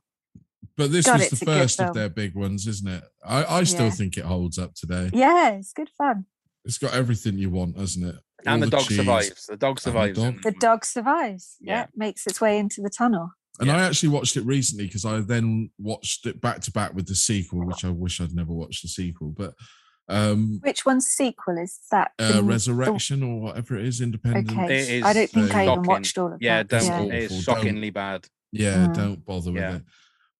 [SPEAKER 3] But this was
[SPEAKER 4] God,
[SPEAKER 3] the
[SPEAKER 4] it's a good
[SPEAKER 3] first of
[SPEAKER 4] film.
[SPEAKER 3] their big ones, isn't it? I, I still
[SPEAKER 4] Yeah.
[SPEAKER 3] think it holds up today.
[SPEAKER 4] Yeah, it's good fun.
[SPEAKER 3] It's got everything you want, hasn't it? All
[SPEAKER 2] and the, dog
[SPEAKER 3] cheese.
[SPEAKER 2] survives. The dog survives.
[SPEAKER 3] dog-
[SPEAKER 2] in
[SPEAKER 4] The
[SPEAKER 2] that
[SPEAKER 4] dog survives. Yeah.
[SPEAKER 2] Yeah.
[SPEAKER 4] Makes its way into the tunnel.
[SPEAKER 3] And
[SPEAKER 2] Yeah.
[SPEAKER 3] I actually watched it recently because I then watched it back to back with the sequel, which I wish I'd never watched the sequel. But um
[SPEAKER 4] Which one's sequel is that?
[SPEAKER 3] uh,
[SPEAKER 4] The-
[SPEAKER 3] Resurrection or whatever it is, Independence.
[SPEAKER 4] Okay.
[SPEAKER 2] It is
[SPEAKER 4] I don't think I even
[SPEAKER 2] shocking.
[SPEAKER 4] watched all of
[SPEAKER 2] Yeah,
[SPEAKER 4] that.
[SPEAKER 2] don't,
[SPEAKER 3] Yeah.
[SPEAKER 2] it is
[SPEAKER 3] Awful, don't-
[SPEAKER 2] shockingly bad.
[SPEAKER 3] Yeah,
[SPEAKER 4] Mm.
[SPEAKER 3] don't bother with
[SPEAKER 2] Yeah.
[SPEAKER 3] it.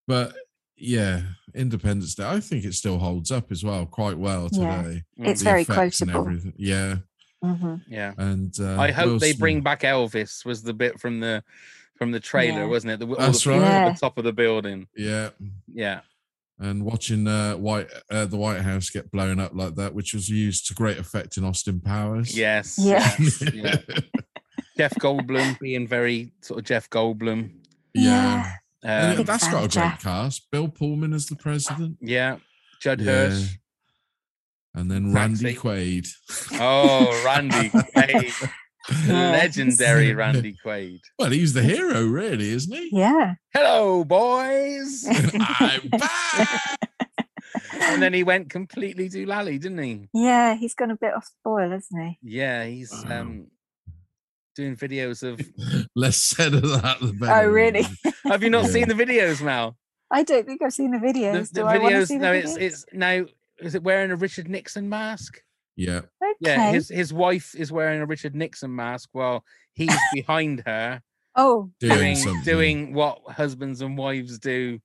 [SPEAKER 3] But yeah, Independence Day. I think it still holds up as well, quite well
[SPEAKER 4] Yeah.
[SPEAKER 3] today.
[SPEAKER 2] Mm.
[SPEAKER 4] It's
[SPEAKER 3] The
[SPEAKER 4] very
[SPEAKER 3] effects and
[SPEAKER 4] quotable.
[SPEAKER 3] everything. Yeah,
[SPEAKER 4] hmm
[SPEAKER 2] Yeah.
[SPEAKER 3] and uh,
[SPEAKER 2] I hope
[SPEAKER 3] Will
[SPEAKER 2] they bring
[SPEAKER 3] Smith.
[SPEAKER 2] back Elvis was the bit from the from the trailer,
[SPEAKER 4] Yeah.
[SPEAKER 2] wasn't it? The, all
[SPEAKER 3] That's
[SPEAKER 2] the people
[SPEAKER 4] right.
[SPEAKER 2] at
[SPEAKER 4] Yeah.
[SPEAKER 2] the top of the building.
[SPEAKER 3] Yeah,
[SPEAKER 2] Yeah.
[SPEAKER 3] and watching uh, White uh, the White House get blown up like that, which was used to great effect in Austin Powers.
[SPEAKER 2] Yes.
[SPEAKER 4] Yeah.
[SPEAKER 2] yes, yeah. Jeff Goldblum being very sort of Jeff Goldblum.
[SPEAKER 3] yeah. And
[SPEAKER 2] Um,
[SPEAKER 4] Big
[SPEAKER 3] that's got a
[SPEAKER 4] fan,
[SPEAKER 3] great
[SPEAKER 4] Jeff.
[SPEAKER 3] cast. Bill Pullman as the president,
[SPEAKER 2] yeah. Judd
[SPEAKER 3] Yeah.
[SPEAKER 2] Hirsch.
[SPEAKER 3] and then
[SPEAKER 2] Taxi.
[SPEAKER 3] Randy Quaid.
[SPEAKER 2] Oh, Randy Quaid. Legendary
[SPEAKER 3] Yes.
[SPEAKER 2] Randy Quaid.
[SPEAKER 3] Well, he's the hero, really, isn't he?
[SPEAKER 4] Yeah.
[SPEAKER 2] Hello, boys.
[SPEAKER 3] I'm back.
[SPEAKER 2] and then he went completely doolally, didn't he?
[SPEAKER 4] Yeah, he's gone a bit off the boil, isn't he?
[SPEAKER 2] Yeah, he's
[SPEAKER 3] Wow.
[SPEAKER 2] um doing videos of
[SPEAKER 3] Less said of that, the better.
[SPEAKER 4] Oh, really?
[SPEAKER 2] Have you not
[SPEAKER 3] Yeah.
[SPEAKER 2] seen the videos, Mal?
[SPEAKER 4] I don't think I've seen the
[SPEAKER 2] The,
[SPEAKER 4] videos.
[SPEAKER 2] the
[SPEAKER 4] Do I want to
[SPEAKER 2] videos.
[SPEAKER 4] see the
[SPEAKER 2] No,
[SPEAKER 4] videos?
[SPEAKER 2] it's it's now. Is it wearing a Richard Nixon mask?
[SPEAKER 3] Yeah.
[SPEAKER 4] okay.
[SPEAKER 2] Yeah, his his wife is wearing a Richard Nixon mask while he's behind her
[SPEAKER 4] oh,
[SPEAKER 3] Doing,
[SPEAKER 2] doing
[SPEAKER 3] something.
[SPEAKER 2] doing what husbands and wives do.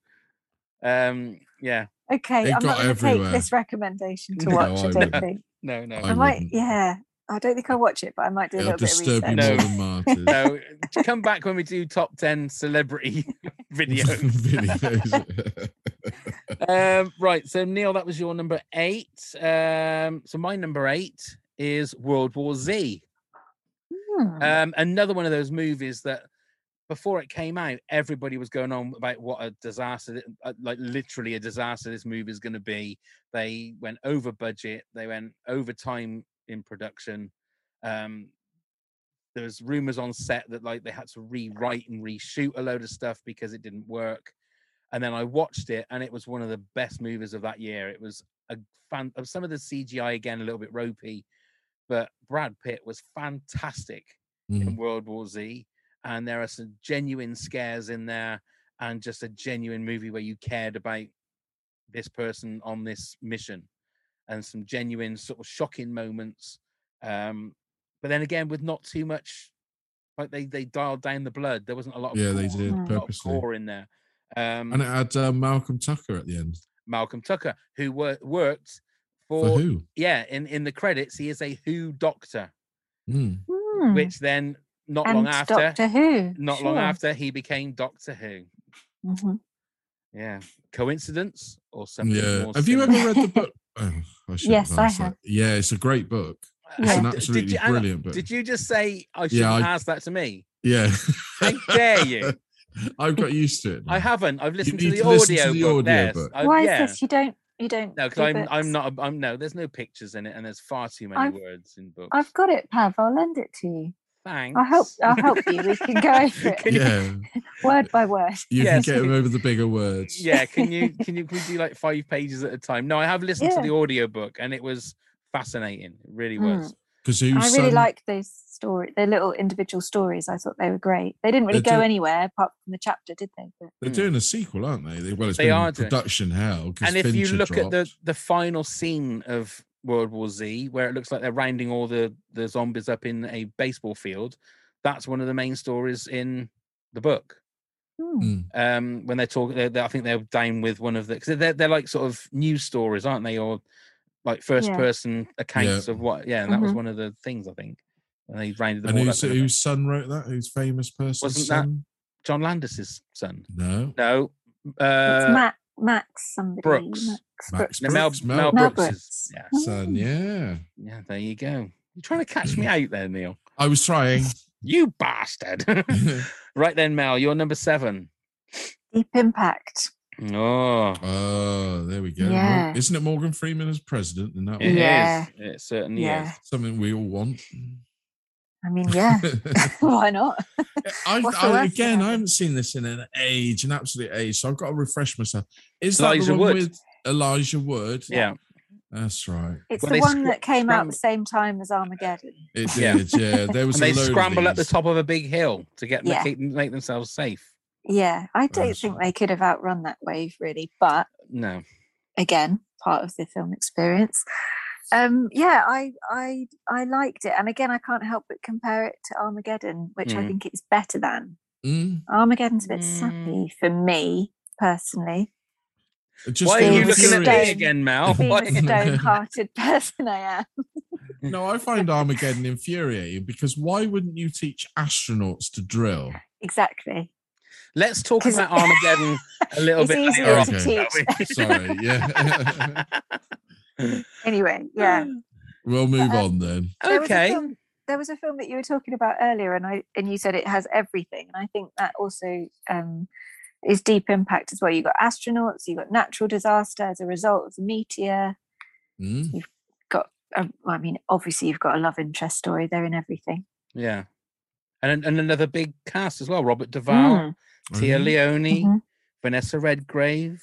[SPEAKER 2] Um. Yeah.
[SPEAKER 4] okay.
[SPEAKER 3] It
[SPEAKER 4] I'm
[SPEAKER 3] got
[SPEAKER 4] not going to take
[SPEAKER 3] everywhere.
[SPEAKER 4] this recommendation to
[SPEAKER 2] No,
[SPEAKER 4] watch.
[SPEAKER 3] I
[SPEAKER 4] I don't
[SPEAKER 3] wouldn't.
[SPEAKER 4] think.
[SPEAKER 2] No. No.
[SPEAKER 3] I
[SPEAKER 4] I, might.
[SPEAKER 3] wouldn't.
[SPEAKER 4] Yeah. I don't think I'll watch it, but I might do a
[SPEAKER 3] It'll
[SPEAKER 4] little bit of
[SPEAKER 3] disturb
[SPEAKER 4] research.
[SPEAKER 3] you
[SPEAKER 2] No.
[SPEAKER 3] more than martyrs.
[SPEAKER 2] no. Come back when we do top ten celebrity videos.
[SPEAKER 3] Videos.
[SPEAKER 2] um, right. So Neil, that was your number eight. Um, so my number eight is World War Z.
[SPEAKER 4] Hmm.
[SPEAKER 2] Um, another one of those movies that before it came out, everybody was going on about what a disaster, th- uh, like literally a disaster this movie is going to be. They went over budget, they went over time in production. Um, there was rumors on set that like they had to rewrite and reshoot a load of stuff because it didn't work. And then I watched it, and it was one of the best movies of that year. It was a fan. uh, Some of the CGI again a little bit ropey, but Brad Pitt was fantastic
[SPEAKER 3] Mm. Hmm.
[SPEAKER 2] in World War Z, and there are some genuine scares in there, and just a genuine movie where you cared about this person on this mission, and some genuine sort of shocking moments. Um, but then again, with not too much, like they they dialed down the blood. There wasn't a lot of
[SPEAKER 3] Yeah, they
[SPEAKER 2] gore-
[SPEAKER 3] did
[SPEAKER 4] Mm.
[SPEAKER 2] a lot of
[SPEAKER 3] purposely.
[SPEAKER 2] gore in there. Um,
[SPEAKER 3] And it had uh, Malcolm Tucker at the end.
[SPEAKER 2] Malcolm Tucker, who wor- worked for,
[SPEAKER 3] For who?
[SPEAKER 2] yeah, in in the credits, he is a Who doctor,
[SPEAKER 3] Mm.
[SPEAKER 4] Hmm.
[SPEAKER 2] which then not
[SPEAKER 4] and
[SPEAKER 2] long after
[SPEAKER 4] Doctor Who.
[SPEAKER 2] not long after he became Doctor Who.
[SPEAKER 4] hmm
[SPEAKER 2] Yeah. Coincidence or something?
[SPEAKER 3] Yeah.
[SPEAKER 2] more
[SPEAKER 3] Have you ever
[SPEAKER 2] sinister?
[SPEAKER 3] read the book? Oh, I should
[SPEAKER 4] Yes, I
[SPEAKER 3] asked that.
[SPEAKER 4] have.
[SPEAKER 3] Yeah, it's a great book. It's an
[SPEAKER 4] Yeah.
[SPEAKER 2] D- did
[SPEAKER 3] absolutely
[SPEAKER 2] you- hang on,
[SPEAKER 3] brilliant book.
[SPEAKER 2] Did you just say I shouldn't
[SPEAKER 3] I-
[SPEAKER 2] ask that to me?
[SPEAKER 3] Yeah.
[SPEAKER 2] How dare you?
[SPEAKER 3] I've got used to it.
[SPEAKER 2] I
[SPEAKER 3] now.
[SPEAKER 2] haven't. I've listened to
[SPEAKER 3] need
[SPEAKER 2] the
[SPEAKER 3] to listen
[SPEAKER 2] audio.
[SPEAKER 3] to the
[SPEAKER 2] book. There's-
[SPEAKER 3] audiobook.
[SPEAKER 2] I-
[SPEAKER 4] Why
[SPEAKER 2] Uh, yeah.
[SPEAKER 4] is this? You don't. You don't.
[SPEAKER 2] No, because
[SPEAKER 4] do
[SPEAKER 2] I'm
[SPEAKER 4] books?
[SPEAKER 2] I'm not. a- I'm no. There's no pictures in it, and there's far too many
[SPEAKER 4] I've-
[SPEAKER 2] words in books.
[SPEAKER 4] I've got it, Pav. I'll lend it to you.
[SPEAKER 2] Thanks.
[SPEAKER 4] I'll help. I'll help you. We can go over it
[SPEAKER 2] Can you-
[SPEAKER 3] yeah.
[SPEAKER 4] word by word.
[SPEAKER 3] You
[SPEAKER 2] Yes.
[SPEAKER 3] can get him over the bigger words.
[SPEAKER 2] yeah can you can you can we do like five pages at a time no i have listened
[SPEAKER 4] Yeah.
[SPEAKER 2] to the audiobook and it was fascinating it really
[SPEAKER 4] Mm.
[SPEAKER 2] was
[SPEAKER 3] Because who
[SPEAKER 4] I really
[SPEAKER 3] sung-
[SPEAKER 4] like those story, their little individual stories. I thought they were great. They didn't really
[SPEAKER 3] They
[SPEAKER 4] go
[SPEAKER 3] do-
[SPEAKER 4] anywhere apart from the chapter, did they? But
[SPEAKER 3] They're
[SPEAKER 2] Mm.
[SPEAKER 3] doing a sequel, aren't they? they well, it's
[SPEAKER 2] They
[SPEAKER 3] been in
[SPEAKER 2] are doing-
[SPEAKER 3] production hell. 'cause
[SPEAKER 2] and if you
[SPEAKER 3] Fincher
[SPEAKER 2] look at the
[SPEAKER 3] dropped.
[SPEAKER 2] the final scene of world war z where it looks like they're rounding all the the zombies up in a baseball field that's one of the main stories in the book
[SPEAKER 4] Hmm.
[SPEAKER 3] Mm.
[SPEAKER 2] um when they're talking they're, they're- i think they're down with one of the because they're, they're like sort of news stories aren't they or like first
[SPEAKER 4] Yeah. Mm-hmm.
[SPEAKER 2] person accounts of what yeah and that was one of the things i think and they rounded them
[SPEAKER 3] and
[SPEAKER 2] all
[SPEAKER 3] whose,
[SPEAKER 2] up in a-
[SPEAKER 3] whose son wrote that? Whose famous person's
[SPEAKER 2] Wasn't that-
[SPEAKER 3] son?
[SPEAKER 2] john landis's son
[SPEAKER 3] No,
[SPEAKER 2] No.
[SPEAKER 4] it's
[SPEAKER 2] Uh,
[SPEAKER 4] Max, Max, somebody.
[SPEAKER 2] Brooks.
[SPEAKER 4] Max
[SPEAKER 3] Max
[SPEAKER 4] Brooks.
[SPEAKER 2] no, Mel,
[SPEAKER 3] Brooks,
[SPEAKER 2] Mel,
[SPEAKER 3] Mel
[SPEAKER 2] Brooks.
[SPEAKER 4] Brooks.
[SPEAKER 2] Yeah.
[SPEAKER 3] son.
[SPEAKER 4] Mm.
[SPEAKER 3] Yeah,
[SPEAKER 2] yeah, there you go. You're trying to catch me out there, Neil.
[SPEAKER 3] I was trying.
[SPEAKER 2] You bastard. right then, Mel, you're number seven.
[SPEAKER 4] Deep Impact.
[SPEAKER 2] Oh,
[SPEAKER 3] Oh, there we go. Mor-
[SPEAKER 4] Yeah.
[SPEAKER 3] Isn't it Morgan Freeman as president? And that
[SPEAKER 2] it is.
[SPEAKER 3] one?
[SPEAKER 4] Yeah.
[SPEAKER 2] It certainly
[SPEAKER 4] Yeah.
[SPEAKER 2] is.
[SPEAKER 3] something we all want.
[SPEAKER 4] I mean, yeah, why not?
[SPEAKER 3] I,
[SPEAKER 4] What's the
[SPEAKER 3] I,
[SPEAKER 4] worst that
[SPEAKER 3] again, I
[SPEAKER 4] happened?
[SPEAKER 3] haven't seen this in an age, an absolute age. So I've got to refresh myself. Is that
[SPEAKER 2] Elijah
[SPEAKER 3] the one
[SPEAKER 2] Wood.
[SPEAKER 3] with Elijah Wood?
[SPEAKER 2] Yeah.
[SPEAKER 3] That's right.
[SPEAKER 4] It's
[SPEAKER 2] Well,
[SPEAKER 4] the
[SPEAKER 2] they
[SPEAKER 4] one
[SPEAKER 2] scra-
[SPEAKER 4] that came out
[SPEAKER 2] scramble-
[SPEAKER 4] the same time as Armageddon.
[SPEAKER 3] It
[SPEAKER 2] Yeah.
[SPEAKER 3] did. Yeah. There was
[SPEAKER 2] And they
[SPEAKER 3] a load of
[SPEAKER 2] scramble up the
[SPEAKER 3] these.
[SPEAKER 2] top of a big hill to get them
[SPEAKER 4] Yeah.
[SPEAKER 2] to keep, make themselves safe.
[SPEAKER 4] Yeah, I don't
[SPEAKER 3] That's
[SPEAKER 4] think
[SPEAKER 3] right.
[SPEAKER 4] they could have outrun that wave really, but
[SPEAKER 2] No.
[SPEAKER 4] again, part of the film experience. Um, yeah, I I I liked it, and again, I can't help but compare it to Armageddon, which I
[SPEAKER 2] Mm.
[SPEAKER 4] think it's better than.
[SPEAKER 3] Mm.
[SPEAKER 4] Armageddon's a bit
[SPEAKER 2] Mm.
[SPEAKER 4] sappy for me personally.
[SPEAKER 3] Just
[SPEAKER 2] Why are you
[SPEAKER 4] being
[SPEAKER 2] looking at me
[SPEAKER 4] stone-
[SPEAKER 2] again, Mel?
[SPEAKER 4] Being
[SPEAKER 2] Why-
[SPEAKER 4] the stone-hearted person I am.
[SPEAKER 3] No, I find Armageddon infuriating because why wouldn't you teach astronauts to drill?
[SPEAKER 4] Exactly.
[SPEAKER 2] Let's talk
[SPEAKER 4] 'Cause-
[SPEAKER 2] about Armageddon a little
[SPEAKER 4] It's
[SPEAKER 2] bit
[SPEAKER 4] easier
[SPEAKER 2] later on.
[SPEAKER 3] to
[SPEAKER 2] shall we?
[SPEAKER 3] Sorry, yeah.
[SPEAKER 4] Anyway, yeah.
[SPEAKER 3] We'll move
[SPEAKER 4] Uh,
[SPEAKER 3] on then.
[SPEAKER 4] There was a
[SPEAKER 2] okay.
[SPEAKER 4] film- there was a film that you were talking about earlier, and I and you said it has everything, and I think that also um, is deep impact as well. You have got astronauts, you have got natural disaster as a result of the meteor.
[SPEAKER 3] Mm.
[SPEAKER 4] Um, I mean, obviously you've got a love interest story. They're in everything.
[SPEAKER 2] Yeah. And, and another big cast as well Robert
[SPEAKER 4] Hmm, Mm.
[SPEAKER 2] Duvall, Tia
[SPEAKER 3] Mhm.
[SPEAKER 2] Leone,
[SPEAKER 4] Mhm.
[SPEAKER 2] Vanessa Redgrave,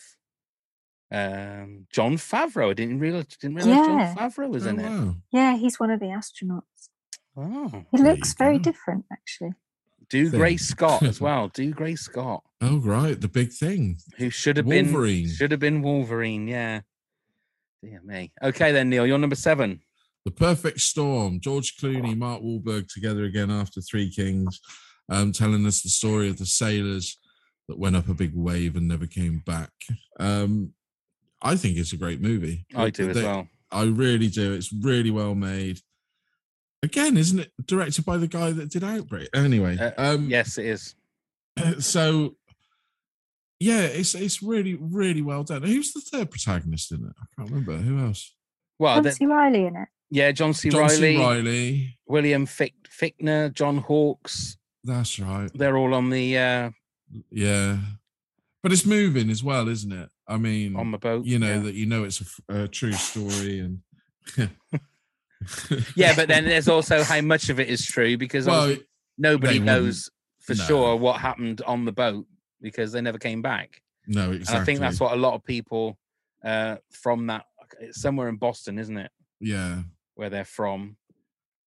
[SPEAKER 2] um, John Favreau. I didn't realize, didn't realize
[SPEAKER 4] Yeah.
[SPEAKER 2] John Favreau was
[SPEAKER 3] Oh,
[SPEAKER 2] in it.
[SPEAKER 3] wow.
[SPEAKER 4] Yeah, he's one of the astronauts.
[SPEAKER 2] Oh.
[SPEAKER 4] He
[SPEAKER 3] There you
[SPEAKER 4] looks very
[SPEAKER 3] go.
[SPEAKER 4] different, actually.
[SPEAKER 2] Do Gray
[SPEAKER 3] Thing.
[SPEAKER 2] Scott as well. Do Gray Scott,
[SPEAKER 3] Oh, right. The big thing.
[SPEAKER 2] who should have
[SPEAKER 3] Wolverine.
[SPEAKER 2] been should have been Wolverine. Yeah. Dear me. Okay then, Neil, you're number seven.
[SPEAKER 3] The Perfect Storm. George Clooney, Mark Wahlberg together again after Three Kings, um, telling us the story of the sailors that went up a big wave and never came back. Um, I think it's a great movie.
[SPEAKER 2] I do as
[SPEAKER 3] They-
[SPEAKER 2] well.
[SPEAKER 3] I really do. It's really well made. Again, isn't it directed by the guy that did Outbreak? Anyway,
[SPEAKER 2] Uh,
[SPEAKER 3] um,
[SPEAKER 2] yes, it is.
[SPEAKER 3] so yeah, it's it's really really well done. Who's the third protagonist in it? I can't remember. Who else?
[SPEAKER 2] Well,
[SPEAKER 4] John
[SPEAKER 2] that-
[SPEAKER 4] C. Riley in it.
[SPEAKER 2] yeah, John C.
[SPEAKER 3] John
[SPEAKER 2] Riley,
[SPEAKER 3] C. Riley.
[SPEAKER 2] William Fick, Fickner, John Hawkes.
[SPEAKER 3] That's right.
[SPEAKER 2] They're all on the uh,
[SPEAKER 3] Yeah, but it's moving as well, isn't it? I mean,
[SPEAKER 2] on the boat.
[SPEAKER 3] Mm. you know
[SPEAKER 2] yeah.
[SPEAKER 3] that you know it's a f- a, true story and.
[SPEAKER 2] yeah, but then there's also how much of it is true because
[SPEAKER 3] well,
[SPEAKER 2] obviously nobody
[SPEAKER 3] they wouldn't-
[SPEAKER 2] knows for
[SPEAKER 3] no.
[SPEAKER 2] sure what happened on the boat because they never came back.
[SPEAKER 3] no, exactly.
[SPEAKER 2] And I think that's what a lot of people uh, from that it's somewhere in Boston, isn't it,
[SPEAKER 3] Yeah,
[SPEAKER 2] where they're from?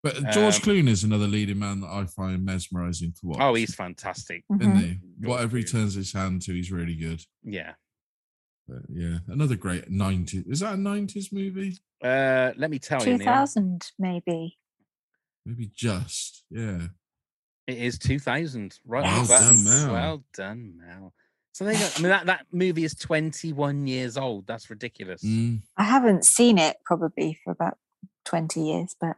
[SPEAKER 3] but George
[SPEAKER 2] Um,
[SPEAKER 3] Clooney is another leading man that I find mesmerizing to watch.
[SPEAKER 2] Oh, he's mm-hmm. fantastic.
[SPEAKER 3] isn't
[SPEAKER 4] Mhm.
[SPEAKER 3] he? Whatever he turns his hand to, he's really good.
[SPEAKER 2] Yeah.
[SPEAKER 3] But yeah, another great 90s. Is that a 90s movie?
[SPEAKER 2] Uh, let me tell you, Neil.
[SPEAKER 4] 2000, maybe.
[SPEAKER 3] Maybe just. Yeah.
[SPEAKER 2] It is 2000. Right. on
[SPEAKER 3] Well
[SPEAKER 2] the button.
[SPEAKER 3] done, Mel.
[SPEAKER 2] Well done, Mel. So they go. I mean, that, that movie is 21 years old. That's ridiculous.
[SPEAKER 3] Mm.
[SPEAKER 4] I haven't seen it probably for about 20 years, but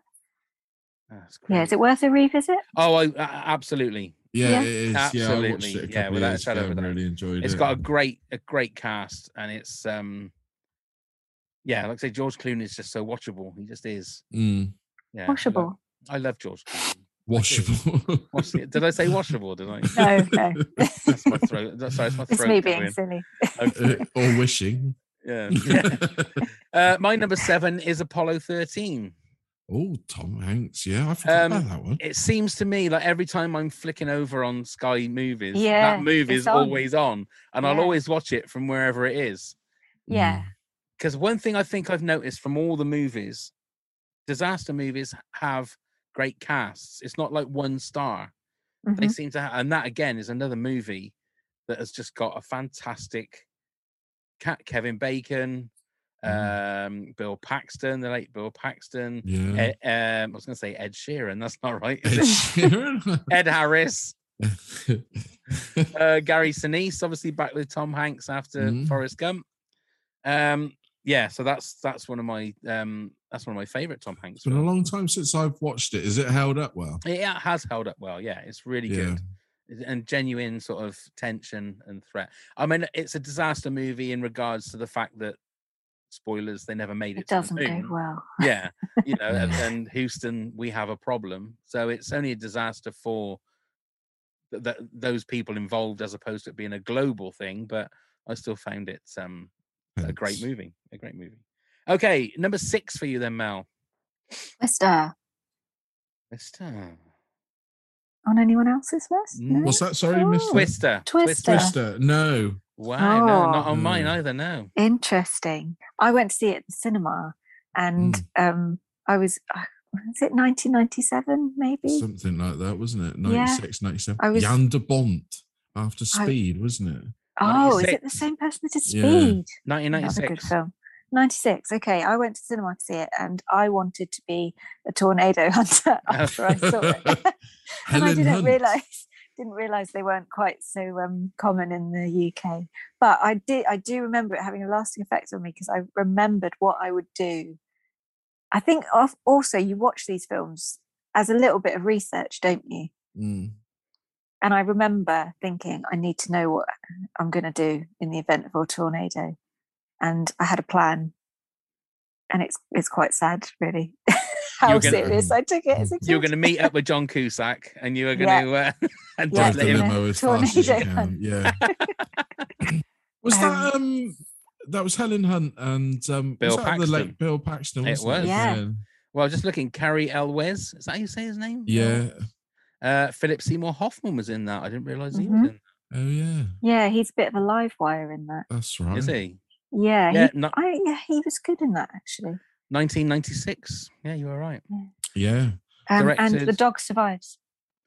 [SPEAKER 2] That's crazy.
[SPEAKER 4] yeah, is it worth a revisit?
[SPEAKER 2] oh, I, I- absolutely.
[SPEAKER 3] Yeah,
[SPEAKER 4] Yeah.
[SPEAKER 3] it is. Yeah, I watched it a
[SPEAKER 2] Absolutely. Yeah,
[SPEAKER 3] couple of
[SPEAKER 2] without a
[SPEAKER 3] years
[SPEAKER 2] shadow
[SPEAKER 3] ago
[SPEAKER 2] of a
[SPEAKER 3] and
[SPEAKER 2] doubt.
[SPEAKER 3] really enjoyed
[SPEAKER 2] It's
[SPEAKER 3] it.
[SPEAKER 2] got a great, a great cast, and it's um, yeah, like I say, George Clooney is just so watchable. He just is.
[SPEAKER 3] Mm.
[SPEAKER 2] Yeah, I love-
[SPEAKER 4] Washable.
[SPEAKER 2] I love George Clooney.
[SPEAKER 3] washable.
[SPEAKER 2] Wash- did I say washable? Did I?
[SPEAKER 4] No, no.
[SPEAKER 2] That's my throat. That's, sorry, it's my
[SPEAKER 4] It's
[SPEAKER 2] throat.
[SPEAKER 4] me
[SPEAKER 2] going.
[SPEAKER 4] being silly.
[SPEAKER 2] Okay.
[SPEAKER 3] Uh, or wishing.
[SPEAKER 2] Yeah. yeah. Uh, my number seven is Apollo 13.
[SPEAKER 3] oh, Tom Hanks. Yeah, I
[SPEAKER 2] Um,
[SPEAKER 3] forgot about that one.
[SPEAKER 2] It seems to me like every time I'm flicking over on Sky Movies,
[SPEAKER 4] Yeah,
[SPEAKER 2] that movie
[SPEAKER 4] it's
[SPEAKER 2] is
[SPEAKER 4] on.
[SPEAKER 2] always on, and I'll
[SPEAKER 4] Yeah.
[SPEAKER 2] always watch it from wherever it is.
[SPEAKER 4] Yeah.
[SPEAKER 2] Because one thing I think I've noticed from all the movies, disaster movies have great casts. It's not like one star.
[SPEAKER 4] Mhm.
[SPEAKER 3] Mm-hmm.
[SPEAKER 2] They seem to, ha- and that again is another movie that has just got a fantastic cat. Kevin Bacon,
[SPEAKER 3] Mm-hmm.
[SPEAKER 2] um, Bill Paxton, the late Bill Paxton.
[SPEAKER 3] Mm. Yeah.
[SPEAKER 2] Ed, um, I was going to say Ed Sheeran. That's not right.
[SPEAKER 3] Ed
[SPEAKER 2] is it?
[SPEAKER 3] Sheeran.
[SPEAKER 2] Ed Harris, uh, Gary Sinise, obviously back with Tom Hanks after
[SPEAKER 3] Mhm.
[SPEAKER 2] Forrest Gump. Um, yeah, so that's that's one of my um, that's one of my favorite Tom Hanks.
[SPEAKER 3] it's been a
[SPEAKER 2] films.
[SPEAKER 3] long time since I've watched it. Is it held up well?
[SPEAKER 2] It it has held up well. Yeah, it's really
[SPEAKER 3] Yeah.
[SPEAKER 2] good It's- and genuine sort of tension and threat. I mean, it's a disaster movie in regards to the fact that spoilers, they never made it.
[SPEAKER 4] It
[SPEAKER 2] to the
[SPEAKER 4] doesn't go
[SPEAKER 2] moon.
[SPEAKER 4] well.
[SPEAKER 2] Yeah, you know, and,
[SPEAKER 5] Yeah.
[SPEAKER 2] and Houston, we have a problem. So it's only a disaster for th- th- those people involved, as opposed to it being a global thing. But I still found it um, a great
[SPEAKER 3] Thanks.
[SPEAKER 2] movie. A great movie. Okay, number six for you then, Mel.
[SPEAKER 4] Mister,
[SPEAKER 2] Twister.
[SPEAKER 4] on anyone else's list?
[SPEAKER 2] Mm.
[SPEAKER 3] What's that? Sorry,
[SPEAKER 4] Oh.
[SPEAKER 3] Mister
[SPEAKER 2] Twister.
[SPEAKER 4] Twister.
[SPEAKER 3] Twister. No.
[SPEAKER 2] Wow, no, not
[SPEAKER 4] Oh.
[SPEAKER 2] on mine
[SPEAKER 3] Mm.
[SPEAKER 2] either. No.
[SPEAKER 4] Interesting. I went to see it at the cinema, and
[SPEAKER 2] Mm.
[SPEAKER 4] um, I was was it 1997 maybe?
[SPEAKER 3] Something like that, wasn't it?
[SPEAKER 4] Yeah.
[SPEAKER 3] 96, 97.
[SPEAKER 4] I was-
[SPEAKER 3] Jan de Bont after Speed, wasn't it?
[SPEAKER 4] oh, is it the
[SPEAKER 2] 96.
[SPEAKER 4] same person that did
[SPEAKER 3] Yeah.
[SPEAKER 4] Speed? Another good
[SPEAKER 2] 1996.
[SPEAKER 4] film. 96. Okay, I went to cinema to see it, and I wanted to be a tornado hunter after I saw it, and I
[SPEAKER 3] Helen
[SPEAKER 4] didn't
[SPEAKER 3] Hunt.
[SPEAKER 4] realize didn't realize they weren't quite so um, common in the UK. But I did. I do remember it having a lasting effect on me because I remembered what I would do. I think of, also you watch these films as a little bit of research, don't you?
[SPEAKER 3] Mm.
[SPEAKER 4] And I remember thinking, I need to know what I'm going to do in the event of a tornado. And I had a plan. And it's it's quite sad, really, how
[SPEAKER 2] You're gonna-
[SPEAKER 4] serious I took it as a kid.
[SPEAKER 2] You're going to meet up with John Cusack, and you are going
[SPEAKER 4] Yeah.
[SPEAKER 2] to uh, and
[SPEAKER 4] Yeah,
[SPEAKER 2] just let
[SPEAKER 3] Drive the
[SPEAKER 2] him.
[SPEAKER 4] gonna-
[SPEAKER 3] limo as fast as you
[SPEAKER 4] tornado
[SPEAKER 3] can.
[SPEAKER 4] hunt.
[SPEAKER 3] Yeah. was that um that was Helen Hunt and um
[SPEAKER 2] Bill
[SPEAKER 3] was that the
[SPEAKER 2] Paxton.
[SPEAKER 3] late Bill Paxton?
[SPEAKER 2] It
[SPEAKER 3] wasn't
[SPEAKER 2] was.
[SPEAKER 4] Yeah.
[SPEAKER 2] Well, just looking, Carrie Elwes. Is that how you say his name?
[SPEAKER 3] Yeah. Yeah.
[SPEAKER 2] Uh, Philip Seymour Hoffman was in that. I didn't realize he
[SPEAKER 4] Mhm.
[SPEAKER 2] was in.
[SPEAKER 3] Oh yeah.
[SPEAKER 4] yeah, he's a bit of a live wire in that.
[SPEAKER 3] That's right.
[SPEAKER 2] Is he?
[SPEAKER 4] Yeah,
[SPEAKER 2] Yeah,
[SPEAKER 4] he,
[SPEAKER 2] no-
[SPEAKER 4] I, yeah, he was good in that, actually.
[SPEAKER 2] 1996. Yeah, you were right.
[SPEAKER 3] Yeah.
[SPEAKER 4] Um, and the
[SPEAKER 2] Directed-
[SPEAKER 4] dog survives.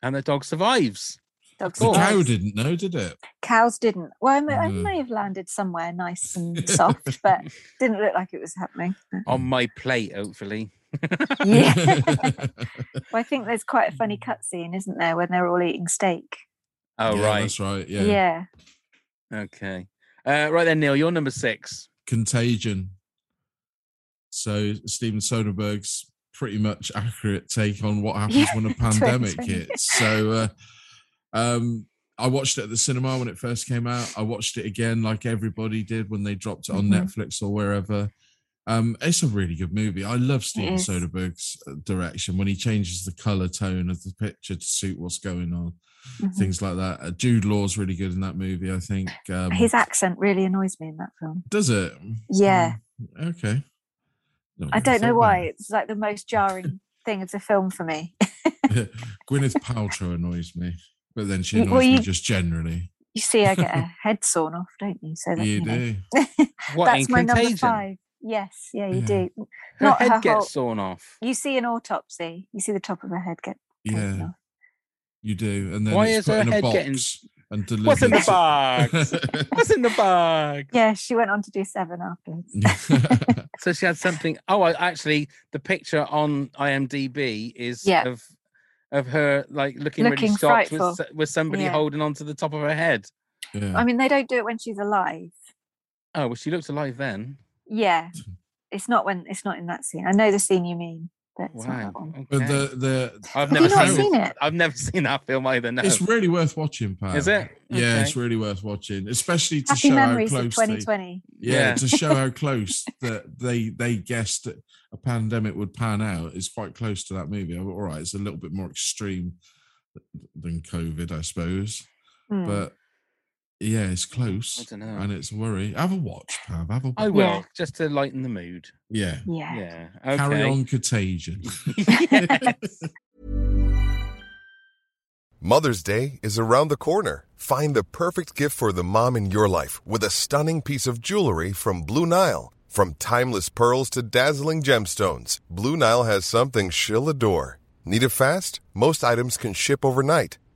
[SPEAKER 2] And the dog survives.
[SPEAKER 4] Dog
[SPEAKER 3] The
[SPEAKER 2] course.
[SPEAKER 3] cow
[SPEAKER 4] survives.
[SPEAKER 3] didn't know, did it?
[SPEAKER 4] Cows didn't. Well, I may, I
[SPEAKER 3] No.
[SPEAKER 4] may have landed somewhere nice and soft, but didn't look like it was happening.
[SPEAKER 3] Mm.
[SPEAKER 2] On my plate, hopefully.
[SPEAKER 4] Yeah. Well, I think there's quite a funny cutscene, isn't there, when they're all eating steak?
[SPEAKER 2] Oh,
[SPEAKER 3] Yeah,
[SPEAKER 2] right.
[SPEAKER 3] That's right.
[SPEAKER 4] Yeah.
[SPEAKER 3] Yeah.
[SPEAKER 2] Okay. Uh, right then, Neil, you're number six.
[SPEAKER 3] Contagion. So Steven Soderbergh's pretty much accurate take on what happens
[SPEAKER 4] Yeah,
[SPEAKER 3] when a pandemic
[SPEAKER 4] 2020.
[SPEAKER 3] hits. So uh, um, I watched it at the cinema when it first came out. I watched it again, like everybody did when they dropped it on
[SPEAKER 4] Mhm.
[SPEAKER 3] Netflix or wherever. Um, it's a really good movie. I love Steven
[SPEAKER 4] is.
[SPEAKER 3] Soderbergh's uh, direction when he changes the color tone of the picture to suit what's going on,
[SPEAKER 4] Mhm.
[SPEAKER 3] things like that. Uh, Jude Law's really good in that movie, I think. Um,
[SPEAKER 4] His accent really annoys me in that film.
[SPEAKER 3] does it?
[SPEAKER 4] Yeah.
[SPEAKER 3] Mm, Okay. No,
[SPEAKER 4] I
[SPEAKER 3] never
[SPEAKER 4] don't know
[SPEAKER 3] thought
[SPEAKER 4] why.
[SPEAKER 3] about it.
[SPEAKER 4] It's like the most jarring thing of the film for me.
[SPEAKER 3] Gwyneth Paltrow annoys me, but then she
[SPEAKER 4] You-
[SPEAKER 3] annoys
[SPEAKER 4] well,
[SPEAKER 3] me
[SPEAKER 4] you-
[SPEAKER 3] just generally.
[SPEAKER 4] You see, I get a head sawn off, don't you? So that,
[SPEAKER 3] You
[SPEAKER 4] you know.
[SPEAKER 3] do.
[SPEAKER 2] What
[SPEAKER 4] That's
[SPEAKER 2] in
[SPEAKER 4] my number
[SPEAKER 2] Contagion?
[SPEAKER 4] five. Yes, yeah, you
[SPEAKER 3] Yeah.
[SPEAKER 4] do.
[SPEAKER 2] Her
[SPEAKER 4] Not
[SPEAKER 2] head
[SPEAKER 4] her
[SPEAKER 2] gets
[SPEAKER 4] whole-
[SPEAKER 2] sawn off.
[SPEAKER 4] You see an autopsy. You see the top of her head get taken
[SPEAKER 3] Yeah,
[SPEAKER 4] off.
[SPEAKER 3] you do. And then
[SPEAKER 2] Why
[SPEAKER 3] it's
[SPEAKER 2] is
[SPEAKER 3] put
[SPEAKER 2] her
[SPEAKER 3] in a
[SPEAKER 2] head
[SPEAKER 3] box
[SPEAKER 2] getting-
[SPEAKER 3] and delivered.
[SPEAKER 2] What's in the
[SPEAKER 3] to-
[SPEAKER 2] box? What's in the bag?
[SPEAKER 4] Yeah, she went on to do seven afterwards.
[SPEAKER 2] So she had something. Oh, I, actually, the picture on IMDb is
[SPEAKER 4] Yeah.
[SPEAKER 2] of of her like looking,
[SPEAKER 4] Looking
[SPEAKER 2] really shocked with,
[SPEAKER 4] frightful.
[SPEAKER 2] s- with somebody
[SPEAKER 4] Yeah.
[SPEAKER 2] holding onto the top of her head.
[SPEAKER 3] yeah.
[SPEAKER 4] I mean, they don't do it when she's alive.
[SPEAKER 2] Oh, well, she looked alive then.
[SPEAKER 4] Yeah, it's not when it's not in that scene. I know the scene you mean, but it's not
[SPEAKER 2] Wow.
[SPEAKER 4] that one.
[SPEAKER 3] But
[SPEAKER 2] okay.
[SPEAKER 3] the, the,
[SPEAKER 2] I've
[SPEAKER 4] Have
[SPEAKER 2] never
[SPEAKER 4] you not
[SPEAKER 2] seen,
[SPEAKER 4] seen
[SPEAKER 2] this-
[SPEAKER 4] it?
[SPEAKER 2] I've never seen that film either. No.
[SPEAKER 3] it's really worth watching, Pat.
[SPEAKER 2] Is it?
[SPEAKER 3] Yeah,
[SPEAKER 2] Okay.
[SPEAKER 3] it's really worth watching, especially to
[SPEAKER 4] Happy
[SPEAKER 3] show how
[SPEAKER 4] memories of
[SPEAKER 3] close they,
[SPEAKER 4] 2020.
[SPEAKER 3] yeah,
[SPEAKER 2] Yeah.
[SPEAKER 3] to show how close that they they guessed that a pandemic would pan out is quite close to that movie. All right, it's a little bit more extreme than COVID, I suppose,
[SPEAKER 4] Hmm.
[SPEAKER 3] but yeah, it's close.
[SPEAKER 2] I dunno.
[SPEAKER 3] and it's a worry. Have a watch, Pav. Have a watch.
[SPEAKER 2] I will
[SPEAKER 4] Yeah.
[SPEAKER 2] just to lighten the mood.
[SPEAKER 3] Yeah,
[SPEAKER 4] yeah.
[SPEAKER 2] Yeah. Okay.
[SPEAKER 3] carry on contagion.
[SPEAKER 2] Yes.
[SPEAKER 6] Mother's Day is around the corner. Find the perfect gift for the mom in your life with a stunning piece of jewelry from Blue Nile. From timeless pearls to dazzling gemstones, Blue Nile has something she'll adore. Need it fast? Most items can ship overnight.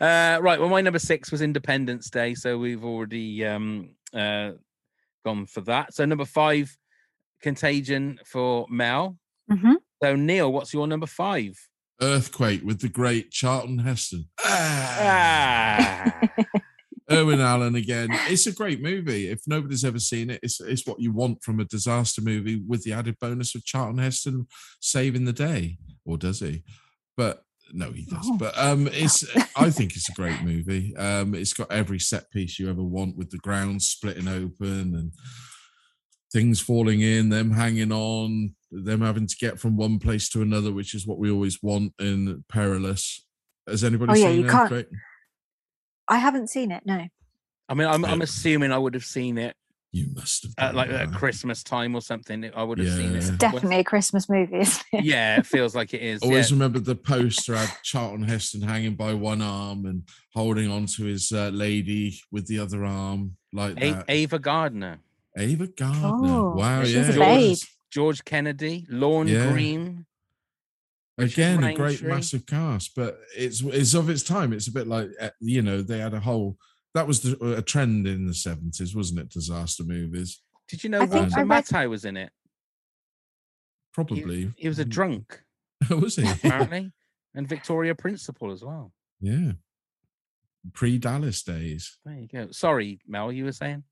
[SPEAKER 2] Uh, right. Well, my number six was Independence Day, so we've already um, uh, gone for that. So number five, Contagion for Mel.
[SPEAKER 4] Mm-hmm.
[SPEAKER 2] So Neil, what's your number five?
[SPEAKER 3] Earthquake with the great Charlton Heston. Ah,
[SPEAKER 2] Ah,
[SPEAKER 3] Irwin Allen again. It's a great movie. If nobody's ever seen it, it's, it's what you want from a disaster movie with the added bonus of Charlton Heston saving the day. Or does he? But no, he does.
[SPEAKER 4] Oh.
[SPEAKER 3] But um, it's I think it's a great movie. Um, it's got every set piece you ever want with the ground splitting open and things falling in, them hanging on, them having to get from one place to another, which is what we always want in perilous. Has anybody
[SPEAKER 4] Oh, yeah,
[SPEAKER 3] seen
[SPEAKER 4] you can't-
[SPEAKER 3] Earthquake?
[SPEAKER 4] I haven't seen it. No.
[SPEAKER 2] I mean, I'm, I'm
[SPEAKER 3] Yeah.
[SPEAKER 2] assuming I would have seen it
[SPEAKER 3] You must have
[SPEAKER 2] at
[SPEAKER 3] done
[SPEAKER 2] Uh, like
[SPEAKER 3] that.
[SPEAKER 2] at Christmas time or something. I would have seen it.
[SPEAKER 3] Yeah.
[SPEAKER 4] Definitely a Christmas movie, isn't it?
[SPEAKER 2] Yeah, it feels like it is.
[SPEAKER 3] Always
[SPEAKER 2] yeah.
[SPEAKER 3] remember the poster had Charlton Heston hanging by one arm and holding on to his uh, lady with the other arm, like
[SPEAKER 2] A-
[SPEAKER 3] that.
[SPEAKER 2] Ava Gardner,
[SPEAKER 3] Ava Gardner.
[SPEAKER 4] Oh,
[SPEAKER 3] wow,
[SPEAKER 4] she's
[SPEAKER 3] yeah.
[SPEAKER 4] a
[SPEAKER 3] it
[SPEAKER 4] babe.
[SPEAKER 3] was.
[SPEAKER 2] George Kennedy, Lorne
[SPEAKER 3] Yeah.
[SPEAKER 2] Green.
[SPEAKER 3] Again, a great
[SPEAKER 2] Langtry.
[SPEAKER 3] massive cast, but it's it's of its time. It's a bit like uh, you know they had a whole that was the, a trend in the seventies, wasn't it? Disaster movies,
[SPEAKER 2] Did you know
[SPEAKER 4] I think
[SPEAKER 2] Walter
[SPEAKER 4] I read-
[SPEAKER 2] Matthau was in it? He-
[SPEAKER 3] probably. Mm.
[SPEAKER 2] he was a drunk,
[SPEAKER 3] was he?
[SPEAKER 2] apparently, and Victoria Principal as well.
[SPEAKER 3] yeah, pre Dallas days.
[SPEAKER 2] There you go. Sorry, Mel, you were saying?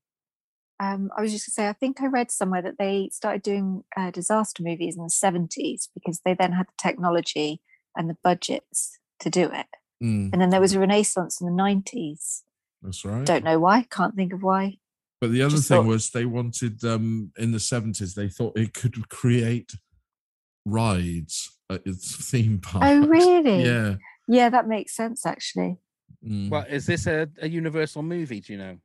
[SPEAKER 4] Um, I was just going to say, I think I read somewhere that they started doing uh, disaster movies in the 70s because they then had the technology and the budgets to do it.
[SPEAKER 3] Mm,
[SPEAKER 4] And then there was a renaissance in the 90s.
[SPEAKER 3] that's
[SPEAKER 2] Mm.
[SPEAKER 3] right.
[SPEAKER 4] Don't know why, can't think of why.
[SPEAKER 3] But the other
[SPEAKER 4] Just
[SPEAKER 3] thing
[SPEAKER 4] thought-
[SPEAKER 3] was they wanted um in the seventies they thought it could create rides at its theme park.
[SPEAKER 4] Oh, really?
[SPEAKER 3] Yeah.
[SPEAKER 4] Yeah, that makes sense actually.
[SPEAKER 3] Mm.
[SPEAKER 2] Well, is this a, a Universal movie? Do you know?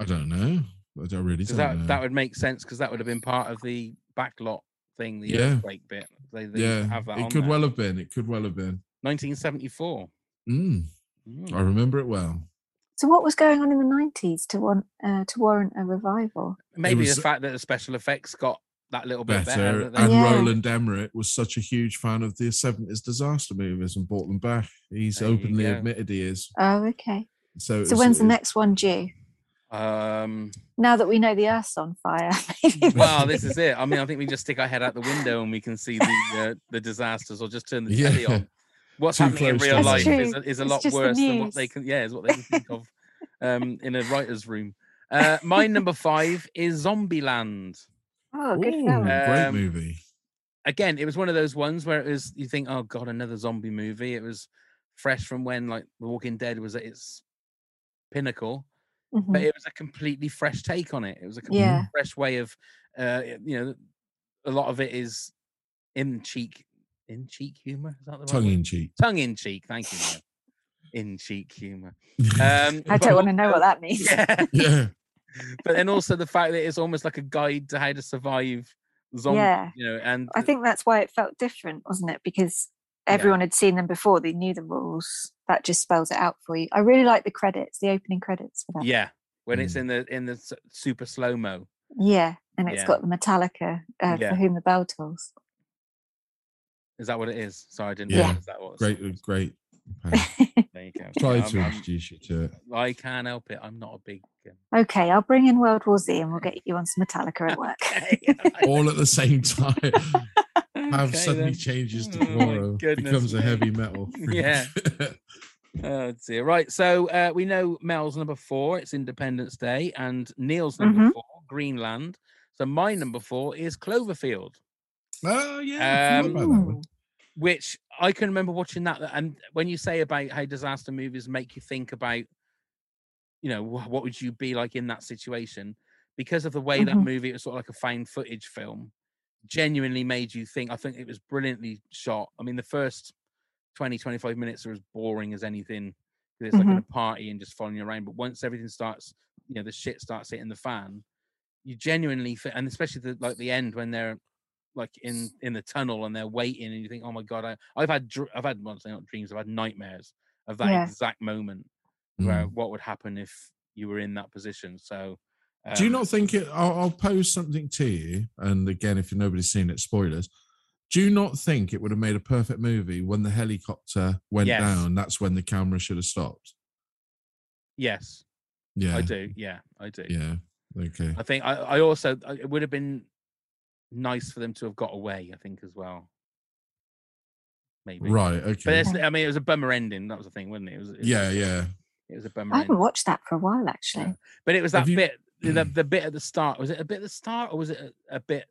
[SPEAKER 3] I don't know. I don't really
[SPEAKER 2] Because
[SPEAKER 3] don't
[SPEAKER 2] that,
[SPEAKER 3] know.
[SPEAKER 2] that would make sense because that would have been part of the backlot thing, the
[SPEAKER 3] Yeah.
[SPEAKER 2] earthquake bit. They, they used
[SPEAKER 3] yeah,
[SPEAKER 2] to have that
[SPEAKER 3] it
[SPEAKER 2] on
[SPEAKER 3] could
[SPEAKER 2] there.
[SPEAKER 3] well have been. It could well have been.
[SPEAKER 2] 1974.
[SPEAKER 3] Mm,
[SPEAKER 2] Mm.
[SPEAKER 3] I remember it well.
[SPEAKER 4] So what was going on in the 90s to want uh, to warrant a revival?
[SPEAKER 2] Maybe
[SPEAKER 3] was-
[SPEAKER 2] the fact that the special effects got that little bit better.
[SPEAKER 3] Better.
[SPEAKER 2] that they-
[SPEAKER 3] And
[SPEAKER 4] Yeah.
[SPEAKER 3] Roland Emmerich was such a huge fan of the seventies disaster movies and brought them back. He's
[SPEAKER 2] There you
[SPEAKER 3] openly
[SPEAKER 2] go.
[SPEAKER 3] admitted he is.
[SPEAKER 4] Oh, okay.
[SPEAKER 3] So, it
[SPEAKER 4] So
[SPEAKER 3] was-
[SPEAKER 4] when's the
[SPEAKER 3] it-
[SPEAKER 4] next one due?
[SPEAKER 2] Um,
[SPEAKER 4] Now that we know the Earth's on fire, maybe.
[SPEAKER 2] well, this is it. I mean, I think we just stick our head out the window and we can see the uh, the disasters, or just turn the
[SPEAKER 3] Yeah.
[SPEAKER 2] telly on. What's
[SPEAKER 3] Too
[SPEAKER 2] happening in
[SPEAKER 3] close
[SPEAKER 2] real
[SPEAKER 3] to
[SPEAKER 2] life
[SPEAKER 3] home.
[SPEAKER 2] is a,
[SPEAKER 4] That's
[SPEAKER 2] is a
[SPEAKER 4] true.
[SPEAKER 2] lot
[SPEAKER 4] It's just the
[SPEAKER 2] worse than what they
[SPEAKER 4] news.
[SPEAKER 2] can. Yeah, is what they can think of um, in a writer's room. Uh, my number five is Zombieland.
[SPEAKER 4] oh, good
[SPEAKER 3] Ooh,
[SPEAKER 4] film.
[SPEAKER 3] great
[SPEAKER 2] Um,
[SPEAKER 3] movie.
[SPEAKER 2] Again, it was one of those ones where it was you think, oh god, another zombie movie. It was fresh from when like The Walking Dead was at its pinnacle.
[SPEAKER 4] Mhm.
[SPEAKER 2] but it was a completely fresh take on it. It was a completely
[SPEAKER 4] Yeah.
[SPEAKER 2] fresh way of, uh, you know, a lot of it is in cheek, in cheek humor. Is that the right
[SPEAKER 3] Tongue
[SPEAKER 2] word?
[SPEAKER 3] in cheek.
[SPEAKER 2] Tongue in cheek. Thank you. Neil. In cheek humor. Um,
[SPEAKER 4] I
[SPEAKER 2] but
[SPEAKER 4] don't want to know what
[SPEAKER 2] also-
[SPEAKER 4] that means.
[SPEAKER 2] Yeah.
[SPEAKER 3] yeah.
[SPEAKER 2] but then also the fact that it's almost like a guide to how to survive zombies.
[SPEAKER 4] Yeah.
[SPEAKER 2] You know, and
[SPEAKER 4] I think that's why it felt different, wasn't it? Because
[SPEAKER 2] Yeah.
[SPEAKER 4] everyone had seen them before, they knew the rules. That just spells it out for you. I really like the credits, the opening credits for that.
[SPEAKER 2] yeah, when it's
[SPEAKER 3] Mm.
[SPEAKER 2] in the in the s- super slow mo.
[SPEAKER 4] Yeah, And it's
[SPEAKER 2] Yeah.
[SPEAKER 4] got the Metallica uh,
[SPEAKER 2] Yeah.
[SPEAKER 4] for whom the bell tolls.
[SPEAKER 2] Is that what it is? Sorry, I didn't.
[SPEAKER 3] Yeah.
[SPEAKER 2] Realize that was.
[SPEAKER 4] uh,
[SPEAKER 3] Great, uh, great. band.
[SPEAKER 2] There you go.
[SPEAKER 3] Try
[SPEAKER 2] Yeah,
[SPEAKER 3] to
[SPEAKER 2] I'm- I'm-
[SPEAKER 3] introduce you to it.
[SPEAKER 2] I can't help it. I'm not a big um,
[SPEAKER 4] okay, I'll bring in World War Z and we'll get you on some Metallica at work.
[SPEAKER 3] all at the same time. Have
[SPEAKER 2] Okay,
[SPEAKER 3] suddenly
[SPEAKER 2] then.
[SPEAKER 3] changes to
[SPEAKER 2] Oh, my
[SPEAKER 3] tomorrow,
[SPEAKER 2] goodness
[SPEAKER 3] becomes a
[SPEAKER 2] me.
[SPEAKER 3] heavy metal. freak.
[SPEAKER 2] Yeah. Oh dear. Right. So uh, we know Mel's number four. It's Independence Day, and Neil's number
[SPEAKER 4] Mhm.
[SPEAKER 2] four, Greenland. So my number four is Cloverfield,
[SPEAKER 3] oh yeah. I forgot about that
[SPEAKER 4] Um,
[SPEAKER 3] one.
[SPEAKER 2] which I can remember watching that. And when you say about how disaster movies make you think about, you know, wh- what would you be like in that situation? Because of the way that
[SPEAKER 4] Mhm.
[SPEAKER 2] movie it was sort of like a found footage film, genuinely made you think. I think it was brilliantly shot. I mean, the first 20, 25 minutes are as boring as anything. 'cause It's like in a party and just following you around. But once everything starts, you know, the shit starts hitting the fan. You genuinely, fe- and especially the, like the end when they're like in in the tunnel and they're waiting, and you think, oh my god, I, I've had dr- I've had well, not dreams, I've had nightmares of that
[SPEAKER 4] Yeah.
[SPEAKER 2] exact moment
[SPEAKER 3] Mm.
[SPEAKER 2] where what would happen if you were in that position. So, um,
[SPEAKER 3] Do you not think it? I'll, I'll pose something to you, and again, if nobody's seen it, spoilers. Do you not think it would have made a perfect movie when the helicopter went
[SPEAKER 2] Yes.
[SPEAKER 3] down? That's when the camera should have stopped.
[SPEAKER 2] Yes,
[SPEAKER 3] Yeah,
[SPEAKER 2] I do. Yeah, I do.
[SPEAKER 3] Yeah, okay.
[SPEAKER 2] I think I, I also I- it would have been nice for them to have got away. I think as well. Maybe
[SPEAKER 3] Right,
[SPEAKER 2] But
[SPEAKER 3] okay.
[SPEAKER 2] it's, I mean, it was a bummer ending. That was the thing, wasn't it? It was, it was-
[SPEAKER 3] Yeah, yeah.
[SPEAKER 2] It was a bummer.
[SPEAKER 4] I haven't
[SPEAKER 2] Ending.
[SPEAKER 4] watched that for a while, actually.
[SPEAKER 2] Yeah. But it was
[SPEAKER 3] Have
[SPEAKER 2] that
[SPEAKER 3] you-
[SPEAKER 2] bit, the,
[SPEAKER 3] Mm.
[SPEAKER 2] the bit at the start. Was it a bit at the start, or was it a, a bit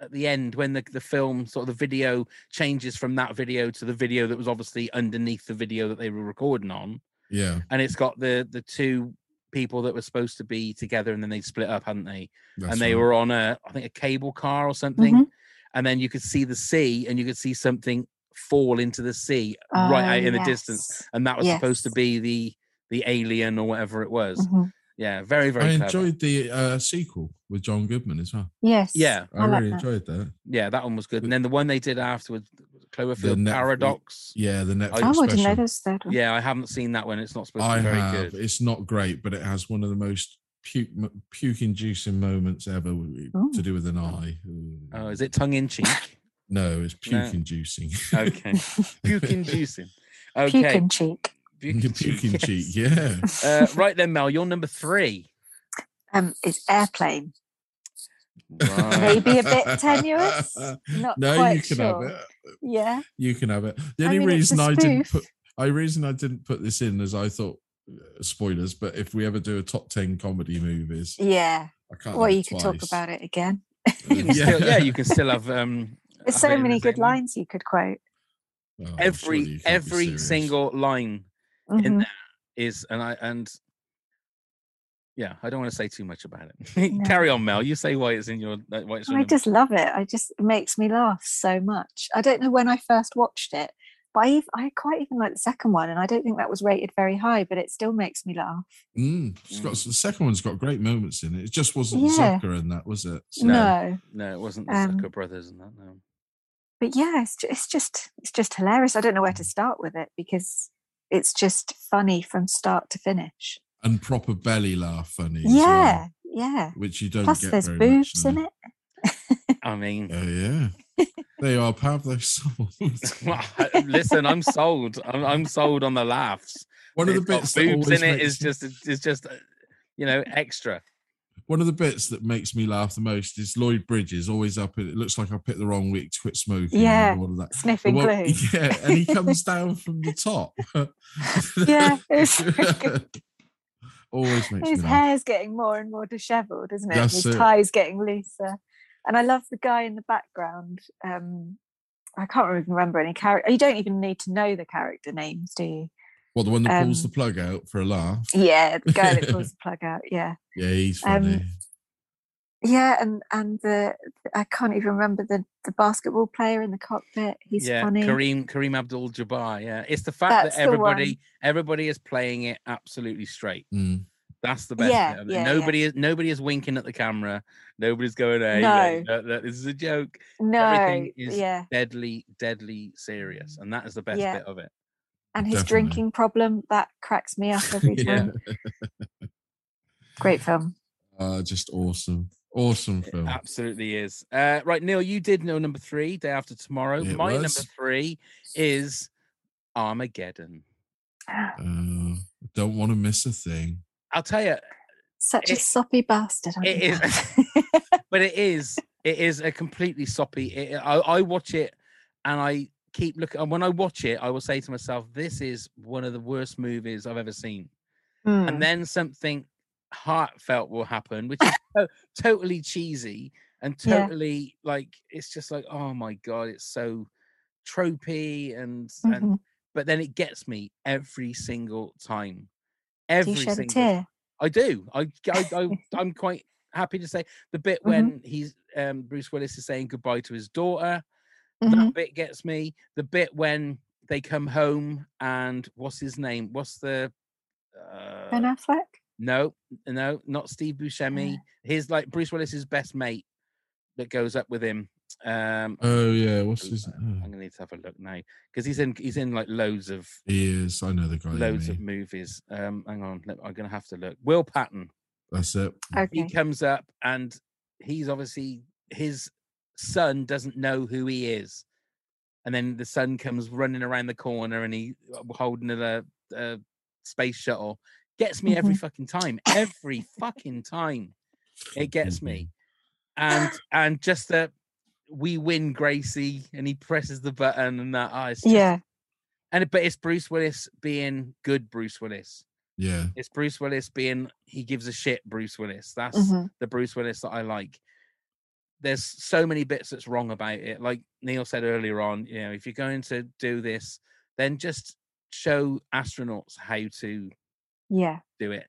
[SPEAKER 2] at the end when the the film sort of the video changes from that video to the video that was obviously underneath the video that they were recording on,
[SPEAKER 3] Yeah,
[SPEAKER 2] and it's got the the two people that were supposed to be together, and then they split up, hadn't they?
[SPEAKER 3] that's
[SPEAKER 2] and they
[SPEAKER 3] right. Mm-hmm.
[SPEAKER 2] were on a I think a cable car or something, and then you could see the sea, and you could see something fall into the sea right out
[SPEAKER 4] Oh,
[SPEAKER 2] in the distance,
[SPEAKER 4] yes.
[SPEAKER 2] and that was supposed to
[SPEAKER 4] Yes.
[SPEAKER 2] be the the alien or whatever it was.
[SPEAKER 4] Mhm.
[SPEAKER 2] Yeah, very very.
[SPEAKER 3] Mm-hmm. I
[SPEAKER 2] clever.
[SPEAKER 3] enjoyed the uh, sequel with John Goodman as well.
[SPEAKER 4] Yes.
[SPEAKER 2] Yeah,
[SPEAKER 3] I,
[SPEAKER 4] like
[SPEAKER 3] really
[SPEAKER 4] that.
[SPEAKER 3] enjoyed that.
[SPEAKER 2] yeah, that one was good, and then the one they did afterwards, Cloverfield
[SPEAKER 3] Netflix-
[SPEAKER 2] Paradox.
[SPEAKER 3] Yeah, the Netflix
[SPEAKER 4] Oh, I didn't know
[SPEAKER 3] special.
[SPEAKER 4] there was a third one.
[SPEAKER 2] Yeah, I haven't seen that one. It's not supposed to
[SPEAKER 3] I
[SPEAKER 2] be very
[SPEAKER 3] have.
[SPEAKER 2] good.
[SPEAKER 3] It's not great, but it has one of the most puke puke inducing moments ever w-
[SPEAKER 4] Ooh.
[SPEAKER 3] to do with an eye. Ooh.
[SPEAKER 2] Oh, is it tongue in cheek?
[SPEAKER 3] No, it's puke
[SPEAKER 2] No.
[SPEAKER 3] inducing.
[SPEAKER 2] okay, puke inducing. Okay,
[SPEAKER 4] Puke in cheek.
[SPEAKER 2] Puke in
[SPEAKER 3] puke
[SPEAKER 2] cheek,
[SPEAKER 3] in
[SPEAKER 2] yes.
[SPEAKER 3] cheek. Yeah.
[SPEAKER 2] Uh, right then, Mel, you're number three.
[SPEAKER 4] Um, it's airplane.
[SPEAKER 2] Right.
[SPEAKER 4] Maybe a bit tenuous. Not
[SPEAKER 3] No,
[SPEAKER 4] quite
[SPEAKER 3] you can
[SPEAKER 4] sure.
[SPEAKER 3] have it.
[SPEAKER 4] Yeah.
[SPEAKER 3] You can have it. The
[SPEAKER 4] I
[SPEAKER 3] only
[SPEAKER 4] mean, it's a
[SPEAKER 3] reason I didn't
[SPEAKER 4] spoof.
[SPEAKER 3] put, I reason I didn't put this in is I thought uh, spoilers. But if we ever do a top ten comedy movies,
[SPEAKER 4] Yeah.
[SPEAKER 3] I can't.
[SPEAKER 4] Well,
[SPEAKER 3] have
[SPEAKER 4] you
[SPEAKER 3] it
[SPEAKER 4] could talk
[SPEAKER 3] twice.
[SPEAKER 4] about it again.
[SPEAKER 2] you can
[SPEAKER 3] Yeah.
[SPEAKER 2] still, yeah, you can still have. Um,
[SPEAKER 4] There's
[SPEAKER 2] have it
[SPEAKER 4] so
[SPEAKER 2] in
[SPEAKER 4] many
[SPEAKER 2] the same
[SPEAKER 4] good
[SPEAKER 2] one.
[SPEAKER 4] lines you could quote.
[SPEAKER 3] Oh, surely you
[SPEAKER 2] Every
[SPEAKER 3] can't be
[SPEAKER 2] every
[SPEAKER 3] serious.
[SPEAKER 2] single line in
[SPEAKER 4] Mhm.
[SPEAKER 2] there is, and I and yeah, I don't want to say too much about it.
[SPEAKER 4] No.
[SPEAKER 2] Carry on, Mel. You say why it's in your uh, why it's. your
[SPEAKER 4] I
[SPEAKER 2] number-
[SPEAKER 3] Mm.
[SPEAKER 4] just love it. I just it makes me laugh so much. I don't know when I first watched it, but I, ev- I quite even like the second one, and I don't think that was rated very high, but it still makes me laugh.
[SPEAKER 3] Mm, it's got, the second one's got great moments in it. It just wasn't
[SPEAKER 4] Yeah.
[SPEAKER 3] Zucker in that, was it?
[SPEAKER 2] No.
[SPEAKER 4] No,
[SPEAKER 2] no, it wasn't the
[SPEAKER 4] um,
[SPEAKER 2] Zucker brothers and that. No.
[SPEAKER 4] but yeah, it's just, it's just it's just hilarious. I don't know where to start with it because it's just funny from start to finish.
[SPEAKER 3] And proper belly laugh funny. as well,
[SPEAKER 4] Yeah, yeah.
[SPEAKER 3] which you don't
[SPEAKER 4] Plus,
[SPEAKER 3] uh, get
[SPEAKER 4] there's
[SPEAKER 3] very much
[SPEAKER 4] boobs in
[SPEAKER 3] now.
[SPEAKER 4] it.
[SPEAKER 2] I mean,
[SPEAKER 3] Oh, yeah. they are Pablo
[SPEAKER 2] well,
[SPEAKER 3] sold.
[SPEAKER 2] I- listen, I'm sold. I'm, I'm sold on the laughs.
[SPEAKER 3] One of the
[SPEAKER 2] It's got
[SPEAKER 3] bits that
[SPEAKER 2] boobs
[SPEAKER 3] always
[SPEAKER 2] in it is
[SPEAKER 3] makes me-
[SPEAKER 2] just is just uh, you know extra.
[SPEAKER 3] one of the bits that makes me laugh the most is Lloyd Bridges always up. in- It looks like I picked the wrong week to quit smoking. and
[SPEAKER 4] Yeah,
[SPEAKER 3] all of that. The
[SPEAKER 4] sniffing
[SPEAKER 3] one-
[SPEAKER 4] glue.
[SPEAKER 3] Yeah, and he comes down from the top.
[SPEAKER 4] Yeah, it's very good.
[SPEAKER 3] always makes
[SPEAKER 4] His
[SPEAKER 3] me laugh.
[SPEAKER 4] hair's getting more and more dishevelled, isn't it? And
[SPEAKER 3] That's
[SPEAKER 4] His
[SPEAKER 3] it.
[SPEAKER 4] tie's getting looser. And I love the guy in the background. Um, I can't even remember any character. You don't even need to know the character names, do you?
[SPEAKER 3] Well, the one that pulls
[SPEAKER 4] Um,
[SPEAKER 3] the plug out for a laugh.
[SPEAKER 4] Yeah, the guy that pulls the plug out. Yeah,
[SPEAKER 3] Yeah, he's
[SPEAKER 4] um,
[SPEAKER 3] funny.
[SPEAKER 4] yeah, and and the I can't even remember the the basketball player in the cockpit. He's
[SPEAKER 2] yeah,
[SPEAKER 4] funny.
[SPEAKER 2] Kareem Kareem Abdul-Jabbar. Yeah, it's the fact
[SPEAKER 4] That's
[SPEAKER 2] that
[SPEAKER 4] the
[SPEAKER 2] everybody
[SPEAKER 4] one.
[SPEAKER 2] everybody is playing it absolutely straight.
[SPEAKER 3] Mm.
[SPEAKER 2] That's the best.
[SPEAKER 4] Yeah,
[SPEAKER 2] bit of it.
[SPEAKER 4] yeah, yeah.
[SPEAKER 2] nobody is nobody is winking at the camera. Nobody's going, "Hey,
[SPEAKER 4] No.
[SPEAKER 2] no, no, this is a joke."
[SPEAKER 4] no,
[SPEAKER 2] everything is
[SPEAKER 4] yeah,
[SPEAKER 2] Deadly, deadly serious, and that is the best
[SPEAKER 4] Yeah.
[SPEAKER 2] bit of it.
[SPEAKER 4] and his
[SPEAKER 3] definitely.
[SPEAKER 4] drinking problem that cracks me up every
[SPEAKER 3] Yeah.
[SPEAKER 4] time. Great film.
[SPEAKER 3] Uh, just awesome. Awesome
[SPEAKER 2] uh,
[SPEAKER 3] film.
[SPEAKER 2] Absolutely is. Uh, right, Neil, you did know number three, day after tomorrow.
[SPEAKER 3] It
[SPEAKER 2] My
[SPEAKER 3] was.
[SPEAKER 2] number three is Armageddon.
[SPEAKER 3] Uh, don't want to miss a thing.
[SPEAKER 2] I'll tell you,
[SPEAKER 4] Such a
[SPEAKER 2] It-
[SPEAKER 4] soppy bastard. aren't
[SPEAKER 2] it
[SPEAKER 4] you?
[SPEAKER 2] is- but it is it is a completely soppy it, I, I watch it and i keep looking and when i watch it i will say to myself this is one of the worst movies i've ever seen
[SPEAKER 4] Mm.
[SPEAKER 2] and then something heartfelt will happen which is to- totally cheesy and
[SPEAKER 4] Yeah.
[SPEAKER 2] totally like it's just like oh my god it's so tropey and and
[SPEAKER 4] Mhm.
[SPEAKER 2] but then it gets me every single time
[SPEAKER 4] Do
[SPEAKER 2] every
[SPEAKER 4] you shed a
[SPEAKER 2] single
[SPEAKER 4] tear?
[SPEAKER 2] I do. I, I, I am quite happy to say the bit
[SPEAKER 4] Mhm.
[SPEAKER 2] when he's um, Bruce Willis is saying goodbye to his daughter.
[SPEAKER 4] Mhm.
[SPEAKER 2] That bit gets me. The bit when they come home and what's his name? What's the
[SPEAKER 4] Ben
[SPEAKER 2] uh,
[SPEAKER 4] Affleck?
[SPEAKER 2] no, no, not Steve Buscemi. His like Bruce Willis's best mate that goes up with him. Um,
[SPEAKER 3] Oh yeah, what's
[SPEAKER 2] ooh,
[SPEAKER 3] his?
[SPEAKER 2] uh,
[SPEAKER 4] Mm.
[SPEAKER 3] Oh,
[SPEAKER 2] I'm gonna need to have a look now because he's in he's in like loads of
[SPEAKER 3] he is. I know the guy. you
[SPEAKER 2] loads of
[SPEAKER 3] mean.
[SPEAKER 2] movies. Um, hang on, let- I'm gonna have to look. Will Patton.
[SPEAKER 3] That's it.
[SPEAKER 4] Okay.
[SPEAKER 2] he comes up and he's obviously his son doesn't know who he is and then the son comes running around the corner and he uh, holding a, a space shuttle gets me
[SPEAKER 4] Mm-hmm.
[SPEAKER 2] every fucking time every fucking time it gets me and and just that we win gracie and he presses the button and that oh, it's just-
[SPEAKER 4] Yeah.
[SPEAKER 2] and it- but it's bruce willis being good bruce willis
[SPEAKER 3] Yeah.
[SPEAKER 2] it's bruce willis being he gives a shit bruce willis that's
[SPEAKER 4] Mhm.
[SPEAKER 2] the Bruce Willis that I like. There's so many bits that's wrong about it. Like Neil said earlier on, you know, if you're going to do this, then just show astronauts how to
[SPEAKER 4] Yeah.
[SPEAKER 2] do it.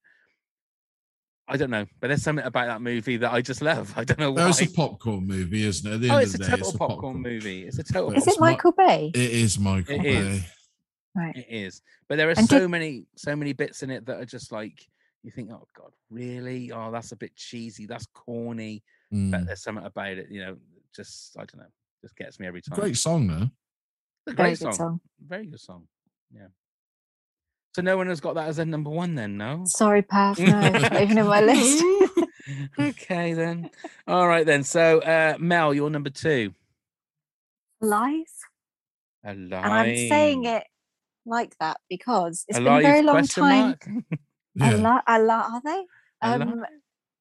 [SPEAKER 2] I don't know, but there's something about that movie that I just love. I don't know why.
[SPEAKER 3] That's a popcorn movie, isn't it? At the
[SPEAKER 2] oh,
[SPEAKER 3] end
[SPEAKER 2] it's a
[SPEAKER 3] of the day,
[SPEAKER 2] total
[SPEAKER 3] it's a
[SPEAKER 2] popcorn, movie. It's a total.
[SPEAKER 3] But
[SPEAKER 2] Pop-
[SPEAKER 4] Is
[SPEAKER 3] it's
[SPEAKER 4] it
[SPEAKER 3] my-
[SPEAKER 4] Michael Bay?
[SPEAKER 3] It is Michael
[SPEAKER 2] It
[SPEAKER 3] Bay.
[SPEAKER 2] is.
[SPEAKER 4] right.
[SPEAKER 2] it is, but there are
[SPEAKER 4] And
[SPEAKER 2] so
[SPEAKER 4] did-
[SPEAKER 2] many, so many bits in it that are just like you think, oh god, really? Oh, that's a bit cheesy. That's corny. But
[SPEAKER 3] Mm.
[SPEAKER 2] there's something about it, you know. Just I don't know. Just gets me every time.
[SPEAKER 3] Great song though.
[SPEAKER 2] It's a
[SPEAKER 4] Very
[SPEAKER 2] great
[SPEAKER 4] good
[SPEAKER 2] song. Very good song. Yeah. So no one has got that as a number one then, no?
[SPEAKER 4] Sorry, Pav. No, it's not even in my list.
[SPEAKER 2] okay then. All right then. So uh Mel, you're number two.
[SPEAKER 4] Lies.
[SPEAKER 2] Alive.
[SPEAKER 4] And I'm saying it like that because it's
[SPEAKER 2] Alive,
[SPEAKER 4] been a very long
[SPEAKER 2] question
[SPEAKER 4] time.
[SPEAKER 2] mark?
[SPEAKER 3] Yeah.
[SPEAKER 4] Ala- Ala- are they?
[SPEAKER 2] Alive?
[SPEAKER 4] Um,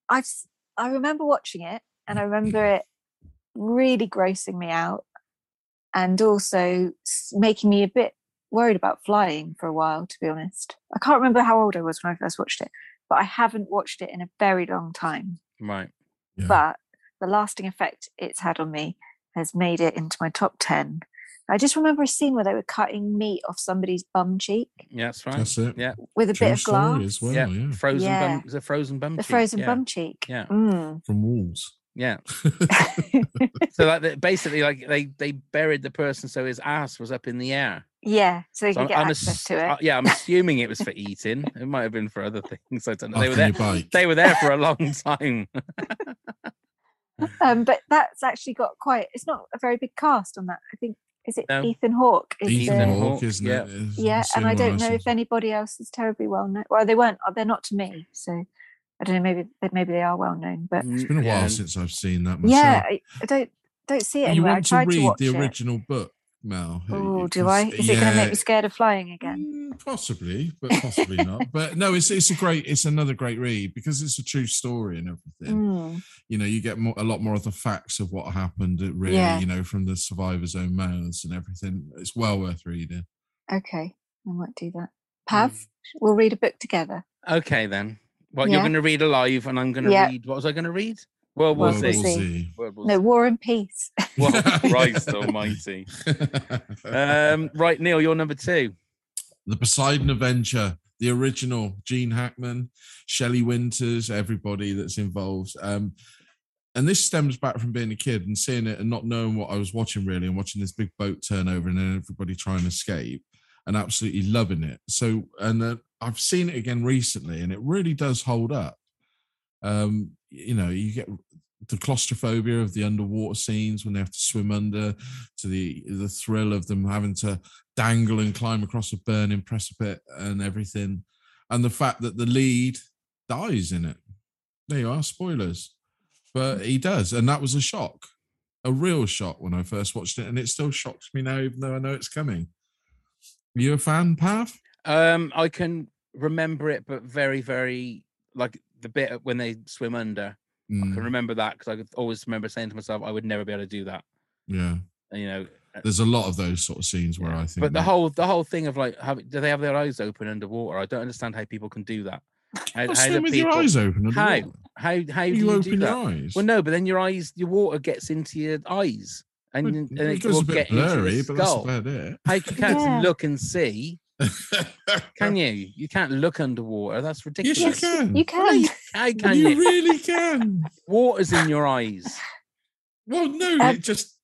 [SPEAKER 4] I've s- I remember watching it, and I remember it really grossing me out, and also s- making me a bit worried about flying for a while. To be honest, I can't remember how old I was when I first watched it, but I haven't watched it in a very long time.
[SPEAKER 2] Right.
[SPEAKER 3] Yeah.
[SPEAKER 4] But the lasting effect it's had on me has made it into my top ten. I just remember a scene where they were cutting meat off somebody's bum cheek
[SPEAKER 2] Yeah, that's right.
[SPEAKER 3] That's it.
[SPEAKER 2] Yeah.
[SPEAKER 4] with a
[SPEAKER 3] True
[SPEAKER 4] bit of
[SPEAKER 3] story
[SPEAKER 4] glass.
[SPEAKER 3] as well.
[SPEAKER 2] yeah.
[SPEAKER 3] Yeah.
[SPEAKER 2] Frozen
[SPEAKER 4] Yeah.
[SPEAKER 2] bum is a frozen bum.
[SPEAKER 4] The
[SPEAKER 2] cheek,
[SPEAKER 4] frozen
[SPEAKER 2] yeah.
[SPEAKER 4] bum cheek.
[SPEAKER 2] Yeah.
[SPEAKER 4] Mm.
[SPEAKER 3] From Wolves.
[SPEAKER 2] Yeah. So like they- basically like they they buried the person so his ass was up in the air.
[SPEAKER 4] yeah. So they
[SPEAKER 2] So
[SPEAKER 4] can get access
[SPEAKER 2] ass-
[SPEAKER 4] to it.
[SPEAKER 2] uh, yeah, I'm assuming it was for eating. It might have been for other things. I don't know.
[SPEAKER 3] Up
[SPEAKER 2] They were
[SPEAKER 3] on
[SPEAKER 2] there.
[SPEAKER 3] your bike.
[SPEAKER 2] They were there for a long time.
[SPEAKER 4] um, but that's actually got quite. It's not a very big cast on that. I think is it
[SPEAKER 2] No.
[SPEAKER 4] Ethan Hawke? is
[SPEAKER 3] Ethan
[SPEAKER 4] the-
[SPEAKER 2] Hawke,
[SPEAKER 3] Hawke, isn't
[SPEAKER 2] yeah.
[SPEAKER 3] it? It's
[SPEAKER 4] Yeah,
[SPEAKER 3] the
[SPEAKER 4] and I
[SPEAKER 3] same
[SPEAKER 4] don't
[SPEAKER 3] one
[SPEAKER 4] know if
[SPEAKER 3] said.
[SPEAKER 4] anybody else is terribly well known. Well, they weren't. They're not to me. So I don't know. Maybe but maybe they are well known. But
[SPEAKER 3] It's been a while
[SPEAKER 2] Yeah.
[SPEAKER 3] since I've seen that myself.
[SPEAKER 4] yeah, I, I don't don't see
[SPEAKER 3] Mm,
[SPEAKER 4] it
[SPEAKER 3] you
[SPEAKER 4] anywhere. I
[SPEAKER 3] want to
[SPEAKER 4] tried to,
[SPEAKER 3] read
[SPEAKER 4] watch
[SPEAKER 3] the
[SPEAKER 4] it.
[SPEAKER 3] original book, Mel?
[SPEAKER 4] Oh,
[SPEAKER 3] It-
[SPEAKER 4] do
[SPEAKER 3] it's-
[SPEAKER 4] I? Is it going to make
[SPEAKER 3] yeah.
[SPEAKER 4] me scared of flying again?
[SPEAKER 3] Mm, Possibly, but possibly not. But no, it's it's a great, it's another great read because it's a true story and everything.
[SPEAKER 4] Mm,
[SPEAKER 3] You know, you get more, a lot more of the facts of what happened, uh, really.
[SPEAKER 4] Yeah.
[SPEAKER 3] You know, from the survivors' own mouths and everything. It's well worth reading.
[SPEAKER 4] okay, I might do that.
[SPEAKER 2] Hmm.
[SPEAKER 4] Pav, we'll read a book together.
[SPEAKER 2] Okay then. Well, you're
[SPEAKER 4] Yeah.
[SPEAKER 2] going to read alive, and I'm going to
[SPEAKER 4] Yeah.
[SPEAKER 2] read. What was I going to read? World War
[SPEAKER 4] World War
[SPEAKER 2] Z.
[SPEAKER 4] Z.
[SPEAKER 2] World War
[SPEAKER 4] No,
[SPEAKER 2] Z.
[SPEAKER 4] War and Peace.
[SPEAKER 2] Well, Christ Almighty. Um, right, Neil, you're number two.
[SPEAKER 3] The Poseidon Adventure, the original Gene Hackman, Shelley Winters, everybody that's involved. Um, and this stems back from being a kid and seeing it and not knowing what I was watching really and watching this big boat turnover and then everybody trying to escape and absolutely loving it. So, and uh, I've seen it again recently and it really does hold up. Um, you know, you get the claustrophobia of the underwater scenes when they have to swim under to the the thrill of them having to dangle and climb across a burning precipice and everything. And the fact that the lead dies in it. There you are, spoilers. But he does. And that was a shock, a real shock when I first watched it. And it still shocks me now, even though I know it's coming. You a fan, Pav?
[SPEAKER 2] Um, I can remember it, but very, very like the bit when they swim under. I can
[SPEAKER 3] Mm,
[SPEAKER 2] remember that because I could always remember saying to myself, I would never be able to do that.
[SPEAKER 3] yeah.
[SPEAKER 2] You know,
[SPEAKER 3] There's a lot of those sort of scenes where I think.
[SPEAKER 2] but the
[SPEAKER 3] that-
[SPEAKER 2] whole the whole thing of like, having do they have their eyes open underwater? I don't understand how people can do that. How,
[SPEAKER 3] What's
[SPEAKER 2] how do
[SPEAKER 3] the with your
[SPEAKER 2] people-
[SPEAKER 3] eyes open? and
[SPEAKER 2] How?
[SPEAKER 3] all?
[SPEAKER 2] How how do
[SPEAKER 3] You,
[SPEAKER 2] you, do
[SPEAKER 3] open
[SPEAKER 2] that?
[SPEAKER 3] your eyes.
[SPEAKER 2] Well, no, but then your eyes, your water gets into your eyes, and,
[SPEAKER 3] Well,
[SPEAKER 2] and
[SPEAKER 3] it
[SPEAKER 2] it
[SPEAKER 3] goes
[SPEAKER 2] will
[SPEAKER 3] a bit
[SPEAKER 2] get into the
[SPEAKER 3] blurry, but that's
[SPEAKER 2] skull.
[SPEAKER 3] about it.
[SPEAKER 2] How you can't
[SPEAKER 4] Yeah.
[SPEAKER 2] look and see, can you? You can't look underwater. That's ridiculous.
[SPEAKER 3] yes, you can.
[SPEAKER 4] You can.
[SPEAKER 2] How can
[SPEAKER 3] you
[SPEAKER 2] you?
[SPEAKER 3] really can.
[SPEAKER 2] Water's in your eyes.
[SPEAKER 3] Well, no,
[SPEAKER 4] Um,
[SPEAKER 3] it just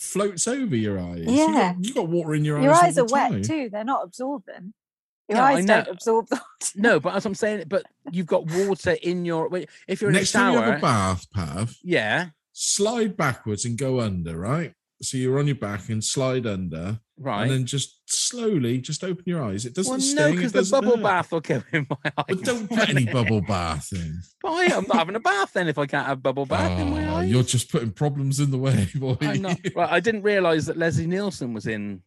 [SPEAKER 3] floats over your eyes. You
[SPEAKER 4] Yeah.
[SPEAKER 3] got, you got water in your eyes.
[SPEAKER 4] Your eyes
[SPEAKER 3] all
[SPEAKER 4] are
[SPEAKER 3] the
[SPEAKER 4] wet
[SPEAKER 3] time.
[SPEAKER 4] too. They're not absorbent. Your
[SPEAKER 2] Yeah, I
[SPEAKER 4] eyes don't
[SPEAKER 2] know.
[SPEAKER 4] absorb the water.
[SPEAKER 2] No, but as I'm saying, but you've got water in your. wait, If you're in
[SPEAKER 3] Next
[SPEAKER 2] a
[SPEAKER 3] time you
[SPEAKER 2] shower,
[SPEAKER 3] have a bath, Pav,
[SPEAKER 2] yeah,
[SPEAKER 3] slide backwards and go under, right? So you're on your back and slide under,
[SPEAKER 2] right.
[SPEAKER 3] and then just slowly just open your eyes. It doesn't
[SPEAKER 2] well,
[SPEAKER 3] sting.
[SPEAKER 2] no,
[SPEAKER 3] it
[SPEAKER 2] because the
[SPEAKER 3] doesn't
[SPEAKER 2] bubble
[SPEAKER 3] hurt.
[SPEAKER 2] bath will go in my eyes.
[SPEAKER 3] But don't put any bubble bath in.
[SPEAKER 2] Why? I'm not having a bath then if I can't have bubble bath in my
[SPEAKER 3] Oh,
[SPEAKER 2] eyes.
[SPEAKER 3] You're just putting problems in the way, boy.
[SPEAKER 2] I'm not, right, I didn't realise that Leslie Nielsen was in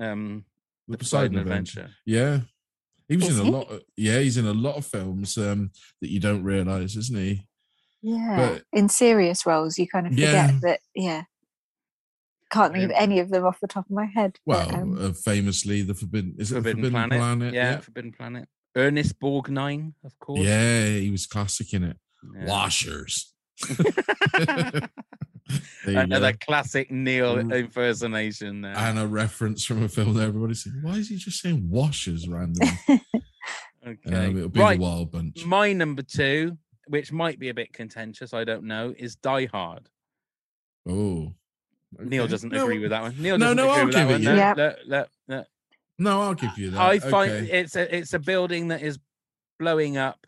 [SPEAKER 2] um,
[SPEAKER 3] the Poseidon Adventure. Yeah. He was
[SPEAKER 4] Is
[SPEAKER 3] in a
[SPEAKER 4] he?
[SPEAKER 3] lot of, yeah, he's in a lot of films um, that you don't realise, isn't he?
[SPEAKER 4] Yeah.
[SPEAKER 3] But-
[SPEAKER 4] in serious roles, you kind of forget
[SPEAKER 3] Yeah.
[SPEAKER 4] that. Yeah. Can't think of any of them off the top of my head. but,
[SPEAKER 3] Well,
[SPEAKER 4] um,
[SPEAKER 3] uh, famously, the Forbidden is it the
[SPEAKER 2] Forbidden,
[SPEAKER 3] Forbidden
[SPEAKER 2] Planet. Yeah,
[SPEAKER 3] Yeah.
[SPEAKER 2] Forbidden Planet. Ernest Borgnine, of course.
[SPEAKER 3] Yeah, he was classic in it.
[SPEAKER 2] Yeah.
[SPEAKER 3] Washers. There you
[SPEAKER 2] Another
[SPEAKER 3] go.
[SPEAKER 2] classic Neil
[SPEAKER 3] Mm.
[SPEAKER 2] impersonation there.
[SPEAKER 3] and a reference from a film that everybody's saying, why is he just saying washers randomly?
[SPEAKER 2] okay.
[SPEAKER 3] um, it'll be
[SPEAKER 2] right.
[SPEAKER 3] the Wild Bunch.
[SPEAKER 2] My number two, which might be a bit contentious, I don't know, is Die Hard.
[SPEAKER 3] Oh.
[SPEAKER 2] Neil
[SPEAKER 3] Okay.
[SPEAKER 2] doesn't
[SPEAKER 3] No,
[SPEAKER 2] agree with that one. Neil
[SPEAKER 3] No,
[SPEAKER 2] doesn't
[SPEAKER 3] no,
[SPEAKER 2] agree
[SPEAKER 3] I'll
[SPEAKER 2] with that
[SPEAKER 3] give it
[SPEAKER 2] one.
[SPEAKER 3] you.
[SPEAKER 2] No,
[SPEAKER 4] Yep.
[SPEAKER 2] no, no, no.
[SPEAKER 3] No, I'll give you that.
[SPEAKER 2] I find
[SPEAKER 3] Okay.
[SPEAKER 2] it's a it's a building that is blowing up.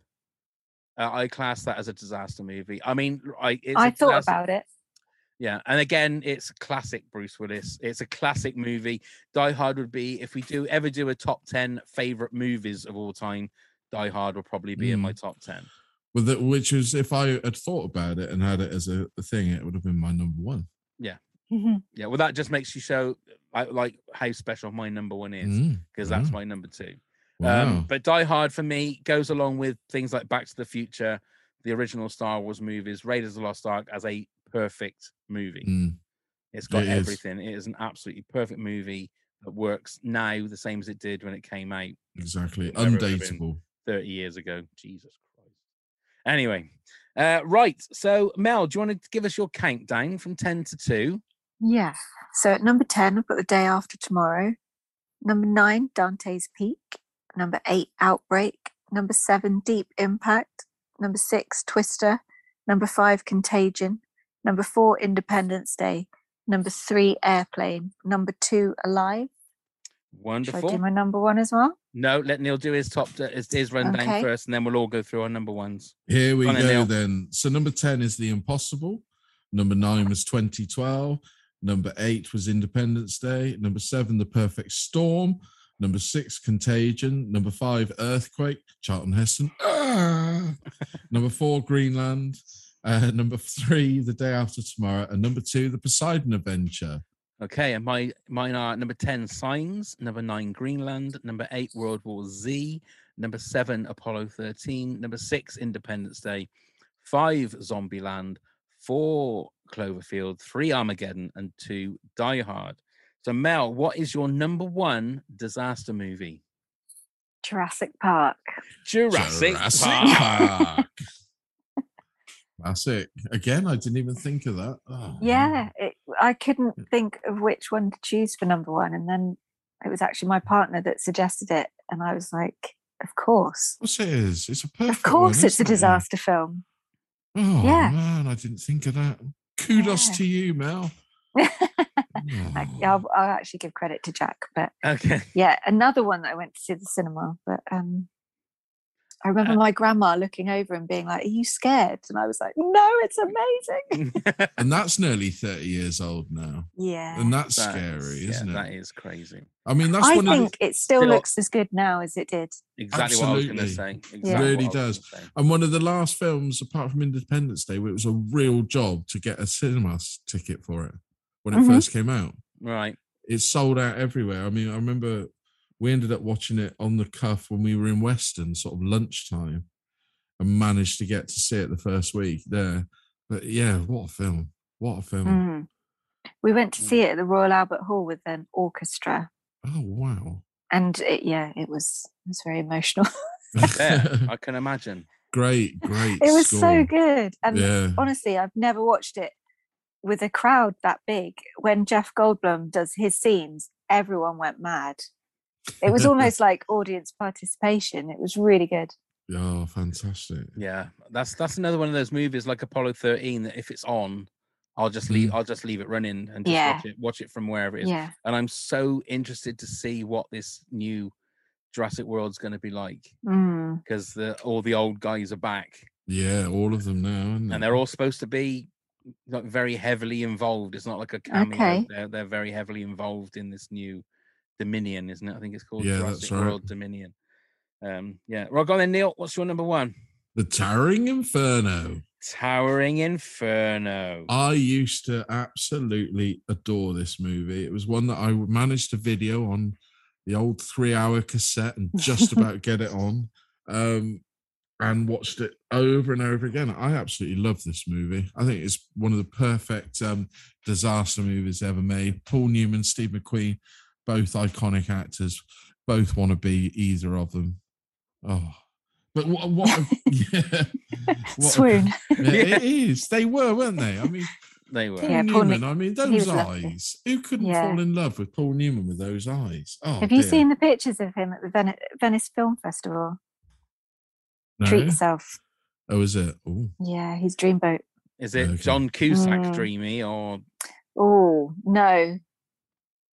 [SPEAKER 2] Uh, I class that as a disaster movie. I mean, I it's
[SPEAKER 4] I
[SPEAKER 2] a
[SPEAKER 4] thought
[SPEAKER 2] disaster-
[SPEAKER 4] about it.
[SPEAKER 2] yeah, and again, it's classic Bruce Willis. It's a classic movie. Die Hard would be if we do ever do a top ten favorite movies of all time. Die Hard will probably be in my
[SPEAKER 3] Mm.
[SPEAKER 2] top ten.
[SPEAKER 3] With it, which was if I had thought about it and had it as a, a thing, it would have been my number one.
[SPEAKER 4] Mhm.
[SPEAKER 2] Yeah, well, that just makes you show like, like how special my number one is
[SPEAKER 3] Mm,
[SPEAKER 2] because that's
[SPEAKER 3] wow.
[SPEAKER 2] my number two.
[SPEAKER 3] Wow.
[SPEAKER 2] Um, but Die Hard for me goes along with things like Back to the Future, the original Star Wars movies, Raiders of the Lost Ark as a perfect movie.
[SPEAKER 3] Mm,
[SPEAKER 2] It's got
[SPEAKER 3] it is.
[SPEAKER 2] everything. It is an absolutely perfect movie that works now the same as it did when it came out
[SPEAKER 3] exactly.
[SPEAKER 2] Where it would have been.
[SPEAKER 3] Undateable.
[SPEAKER 2] 30 years ago. Jesus Christ. Anyway, uh, right. So, Mel, do you want to give us your countdown from 10 to 2?
[SPEAKER 4] Yeah. So at number 10, I've got The Day After Tomorrow. Number nine, Dante's Peak. Number eight, Outbreak. Number seven, Deep Impact. Number six, Twister. Number five, Contagion. Number four, Independence Day. Number three, Airplane. Number two, Alive. Should I
[SPEAKER 2] Wonderful.
[SPEAKER 4] do my number one as well?
[SPEAKER 2] No, let Neil do his top, uh, his, his rundown
[SPEAKER 4] Okay.
[SPEAKER 2] first, and then we'll all go through our number ones.
[SPEAKER 3] Here we
[SPEAKER 2] Go on then,
[SPEAKER 3] go
[SPEAKER 2] Neil.
[SPEAKER 3] then. So number 10 is The Impossible. Number nine was 2012. Number eight was Independence Day. Number seven, The Perfect Storm. Number six, Contagion. Number five, Earthquake. Charlton Heston. Ah! number four, Greenland. Uh, number three, The Day After Tomorrow. And number two, The Poseidon Adventure.
[SPEAKER 2] Okay, and my mine are number ten Signs, number nine Greenland, number eight World War Z, number seven Apollo thirteen, number six Independence Day, five Zombieland, four Cloverfield, three Armageddon, and two Die Hard. So Mel, what is your number one disaster movie?
[SPEAKER 4] Jurassic Park.
[SPEAKER 2] Jurassic,
[SPEAKER 3] Jurassic
[SPEAKER 2] Park.
[SPEAKER 3] Park. Classic. Again, I didn't even think of that. Oh,
[SPEAKER 4] Yeah, it, I couldn't think of which one to choose for number one. And then it was actually my partner that suggested it. And I was like, of course.
[SPEAKER 3] Of course it is. It's a perfect.
[SPEAKER 4] Of course,
[SPEAKER 3] one,
[SPEAKER 4] it's a
[SPEAKER 3] isn't it?
[SPEAKER 4] disaster film.
[SPEAKER 3] Oh
[SPEAKER 4] Yeah.
[SPEAKER 3] man, I didn't think of that. Kudos
[SPEAKER 4] Yeah.
[SPEAKER 3] to you, Mel.
[SPEAKER 4] Like,
[SPEAKER 3] Oh.
[SPEAKER 4] I'll, I'll actually give credit to Jack, but
[SPEAKER 2] Okay.
[SPEAKER 4] yeah, another one that I went to see at the cinema. But um, I remember my grandma looking over and being like, "Are you scared?" And I was like, "No, it's amazing."
[SPEAKER 3] And that's nearly thirty years old now,
[SPEAKER 4] Yeah,
[SPEAKER 3] and that's
[SPEAKER 2] That
[SPEAKER 3] scary,
[SPEAKER 2] yeah,
[SPEAKER 3] isn't it?
[SPEAKER 2] That is crazy.
[SPEAKER 3] I mean, that's
[SPEAKER 4] I
[SPEAKER 3] one of
[SPEAKER 4] think
[SPEAKER 3] the,
[SPEAKER 4] it still
[SPEAKER 2] Still-
[SPEAKER 4] looks as good now as it did.
[SPEAKER 2] Exactly what I was going
[SPEAKER 3] Absolutely.
[SPEAKER 2] to say. Exactly
[SPEAKER 3] Really
[SPEAKER 2] what I was
[SPEAKER 3] does.
[SPEAKER 2] gonna say.
[SPEAKER 3] and one of the last films, apart from Independence Day, where it was a real job to get a cinema s- ticket for it when it
[SPEAKER 4] Mhm.
[SPEAKER 3] first came out.
[SPEAKER 2] Right.
[SPEAKER 3] It sold out everywhere. I mean, I remember we ended up watching it on the cuff when we were in Western, sort of lunchtime, and managed to get to see it the first week there. But yeah, what a film! What a film!
[SPEAKER 4] Mm. We went
[SPEAKER 3] Mm.
[SPEAKER 4] to see it at the Royal Albert Hall with an orchestra,
[SPEAKER 3] Oh wow!
[SPEAKER 4] and it, yeah, it was it was very emotional.
[SPEAKER 2] Yeah, I can imagine.
[SPEAKER 3] great, great.
[SPEAKER 4] it was so
[SPEAKER 3] score.
[SPEAKER 4] good, and
[SPEAKER 3] Yeah.
[SPEAKER 4] honestly, I've never watched it with a crowd that big. When Jeff Goldblum does his scenes, everyone went mad. It was almost like audience participation. It was really good.
[SPEAKER 3] Yeah, fantastic.
[SPEAKER 2] Yeah, that's that's another one of those movies like Apollo 13 that if it's on, I'll just leave. I'll just leave it running and just
[SPEAKER 4] Yeah.
[SPEAKER 2] watch it. Watch it from wherever it is.
[SPEAKER 4] Yeah.
[SPEAKER 2] And I'm so interested to see what this new Jurassic World's going to be like
[SPEAKER 4] Mm.
[SPEAKER 2] because the, all the old guys are back
[SPEAKER 3] Yeah, all of them now,
[SPEAKER 2] and
[SPEAKER 3] isn't it?
[SPEAKER 2] they're all supposed to be like very heavily involved. It's not like a cameo.
[SPEAKER 4] Okay.
[SPEAKER 2] They're they're very heavily involved in this new Dominion, isn't it? I think it's called
[SPEAKER 3] Yeah, that's
[SPEAKER 2] Jurassic
[SPEAKER 3] right.
[SPEAKER 2] World Dominion. Um, yeah. Right, go on then, Neil. What's your number one?
[SPEAKER 3] the towering inferno.
[SPEAKER 2] Towering Inferno.
[SPEAKER 3] I used to absolutely adore this movie. It was one that I managed to video on the old three hour cassette and just about get it on um, and watched it over and over again. I absolutely love this movie. I think it's one of the perfect um, disaster movies ever made. Paul Newman, Steve McQueen, both iconic actors, both want to be either of them. Oh, but what, what, a- yeah, what a-
[SPEAKER 4] Swoon.
[SPEAKER 3] yeah, it is. They were, weren't they? I mean,
[SPEAKER 2] they were.
[SPEAKER 3] Paul
[SPEAKER 4] Yeah, Paul
[SPEAKER 3] Newman.
[SPEAKER 4] Ni-
[SPEAKER 3] I mean,
[SPEAKER 4] he
[SPEAKER 3] those
[SPEAKER 4] was lovely.
[SPEAKER 3] eyes. Who couldn't
[SPEAKER 4] Yeah.
[SPEAKER 3] fall in love with Paul Newman with those eyes? Oh,
[SPEAKER 4] Have you
[SPEAKER 3] dear.
[SPEAKER 4] seen the pictures of him at the Veni- Venice Film Festival?
[SPEAKER 3] No?
[SPEAKER 4] Treat yourself.
[SPEAKER 3] Oh, is it? Oh,
[SPEAKER 4] Yeah, his dreamboat.
[SPEAKER 2] Is it
[SPEAKER 3] Okay.
[SPEAKER 2] John Cusack
[SPEAKER 4] Mm.
[SPEAKER 2] dreamy or
[SPEAKER 4] Oh no,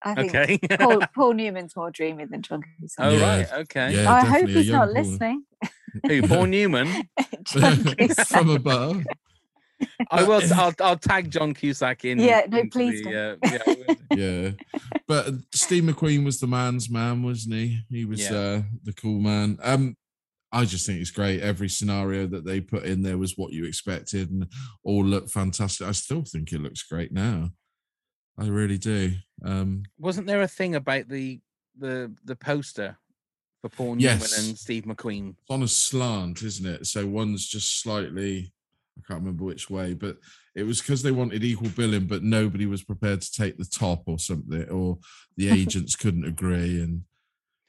[SPEAKER 4] I think
[SPEAKER 2] okay?
[SPEAKER 4] Paul, Paul Newman's more dreamy than John Cusack.
[SPEAKER 2] oh
[SPEAKER 3] Yeah.
[SPEAKER 2] right, okay.
[SPEAKER 3] Yeah,
[SPEAKER 4] I hope
[SPEAKER 3] definitely a
[SPEAKER 4] he's
[SPEAKER 3] young
[SPEAKER 4] not
[SPEAKER 3] Paul.
[SPEAKER 4] listening.
[SPEAKER 2] Who Paul Newman?
[SPEAKER 4] John Cusack.
[SPEAKER 3] From above.
[SPEAKER 2] I will. I'll, I'll tag John Cusack in.
[SPEAKER 4] Yeah, no,
[SPEAKER 2] into
[SPEAKER 4] please
[SPEAKER 2] the,
[SPEAKER 4] don't.
[SPEAKER 2] uh, yeah, we'll-
[SPEAKER 3] Yeah. But uh, Steve McQueen was the man's man, wasn't he? He was
[SPEAKER 2] Yeah.
[SPEAKER 3] uh, the cool man. Um, I just think it's great. Every scenario that they put in there was what you expected and all looked fantastic. I still think it looks great now. I really do. Um,
[SPEAKER 2] Wasn't there a thing about the the the poster for Paul Newman
[SPEAKER 3] Yes.
[SPEAKER 2] and Steve McQueen?
[SPEAKER 3] it's on a slant, isn't it? So one's just slightly, I can't remember which way, but it was because they wanted equal billing, but nobody was prepared to take the top or something, or the agents couldn't agree. And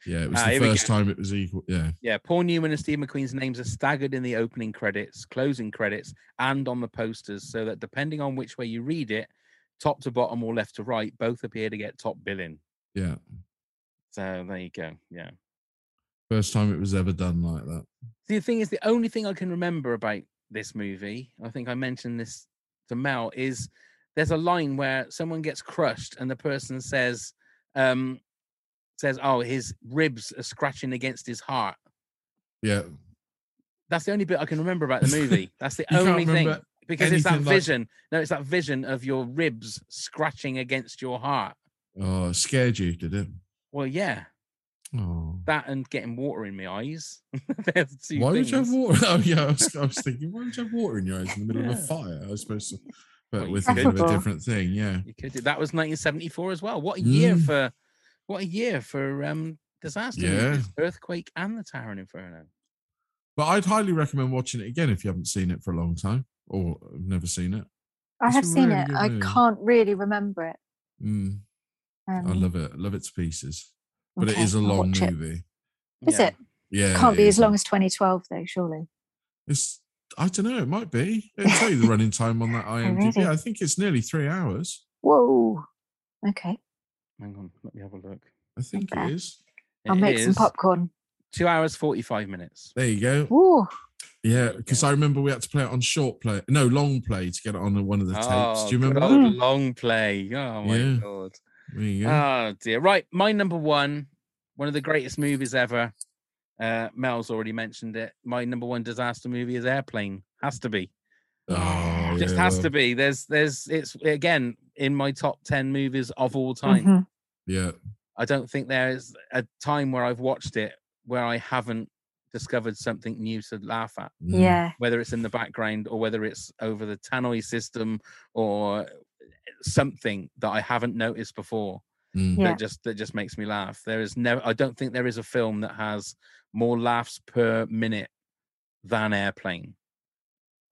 [SPEAKER 3] yeah, it was
[SPEAKER 2] Ah,
[SPEAKER 3] the
[SPEAKER 2] here we
[SPEAKER 3] first
[SPEAKER 2] go.
[SPEAKER 3] time it was equal. Yeah.
[SPEAKER 2] Yeah, Paul Newman and Steve McQueen's names are staggered in the opening credits, closing credits, and on the posters, so that depending on which way you read it, top to bottom or left to right, both appear to get top billing.
[SPEAKER 3] Yeah.
[SPEAKER 2] So there you go. Yeah.
[SPEAKER 3] First time it was ever done like that.
[SPEAKER 2] the thing is the only thing i can remember about this movie i think i mentioned this to mel is there's a line where someone gets crushed and the person says um says oh his ribs are scratching against his heart
[SPEAKER 3] Yeah.
[SPEAKER 2] that's the only bit i can remember about the movie that's the
[SPEAKER 3] You can't
[SPEAKER 2] only thing
[SPEAKER 3] remember
[SPEAKER 2] because it's that
[SPEAKER 3] anything like-
[SPEAKER 2] vision no it's that vision of your ribs scratching against your heart
[SPEAKER 3] Oh, it scared you, did it?
[SPEAKER 2] well yeah
[SPEAKER 3] Oh.
[SPEAKER 2] that and getting water in my eyes They're the two
[SPEAKER 3] Why would you have
[SPEAKER 2] things.
[SPEAKER 3] water? Oh, yeah. I was, I was thinking, why would you have water in your eyes in the middle of a fire? I was supposed to, but
[SPEAKER 2] Well, you
[SPEAKER 3] we're thinking of a
[SPEAKER 4] could.
[SPEAKER 3] different thing. Yeah.
[SPEAKER 2] You could do that was 1974 as well. What a year
[SPEAKER 3] Mm.
[SPEAKER 2] for what a year for um disaster
[SPEAKER 3] Yeah.
[SPEAKER 2] movies, earthquake and the towering inferno.
[SPEAKER 3] But I'd highly recommend watching it again if you haven't seen it for a long time or have never seen it.
[SPEAKER 4] I
[SPEAKER 3] It's
[SPEAKER 4] have
[SPEAKER 3] a
[SPEAKER 4] seen
[SPEAKER 3] really
[SPEAKER 4] it.
[SPEAKER 3] good
[SPEAKER 4] I
[SPEAKER 3] movie.
[SPEAKER 4] can't really remember it.
[SPEAKER 3] Mm,
[SPEAKER 4] Um,
[SPEAKER 3] I love it. I love it to pieces. But
[SPEAKER 4] okay,
[SPEAKER 3] it is a
[SPEAKER 4] I'll
[SPEAKER 3] long
[SPEAKER 4] watch it.
[SPEAKER 3] movie.
[SPEAKER 4] Is it?
[SPEAKER 3] Yeah.
[SPEAKER 4] can't
[SPEAKER 3] it
[SPEAKER 4] be
[SPEAKER 3] is
[SPEAKER 4] as long as 2012 though, surely.
[SPEAKER 3] It's, I don't know. It might be. It'll tell you the running time on that IMDb.
[SPEAKER 4] really?
[SPEAKER 3] I think it's nearly three hours.
[SPEAKER 4] Whoa. Okay,
[SPEAKER 2] Hang on, let me have a look.
[SPEAKER 3] I think it
[SPEAKER 4] bad.
[SPEAKER 3] is.
[SPEAKER 4] I'll
[SPEAKER 2] It
[SPEAKER 4] make some
[SPEAKER 2] is
[SPEAKER 4] popcorn.
[SPEAKER 2] Two hours forty-five minutes.
[SPEAKER 3] There you go.
[SPEAKER 4] Ooh,
[SPEAKER 3] Yeah, because I remember we had to play it on short play, no long play, to get it on one of the tapes. Do you remember?
[SPEAKER 2] Oh, God,
[SPEAKER 3] that?
[SPEAKER 4] that?
[SPEAKER 2] long play? Oh my
[SPEAKER 3] Yeah.
[SPEAKER 2] god.
[SPEAKER 3] There you go.
[SPEAKER 2] Oh dear. Right, my number one, one of the greatest movies ever. Uh, Mel's already mentioned it. My number one disaster movie is Airplane. Has to be.
[SPEAKER 3] oh,
[SPEAKER 2] Ah. Just
[SPEAKER 3] yeah,
[SPEAKER 2] has
[SPEAKER 3] well,
[SPEAKER 2] to be. There's, there's. It's again in my top ten movies of all time.
[SPEAKER 4] mhm.
[SPEAKER 3] Mm-hmm. Yeah.
[SPEAKER 2] I don't think there is a time where I've watched it where I haven't discovered something new to laugh at,
[SPEAKER 3] Mm.
[SPEAKER 4] yeah,
[SPEAKER 2] whether it's in the background or whether it's over the tannoy system or eh, something that I haven't noticed before
[SPEAKER 3] Mm.
[SPEAKER 4] yeah.
[SPEAKER 2] that just that just makes me laugh. There is never I don't think there is a film that has more laughs per minute than Airplane.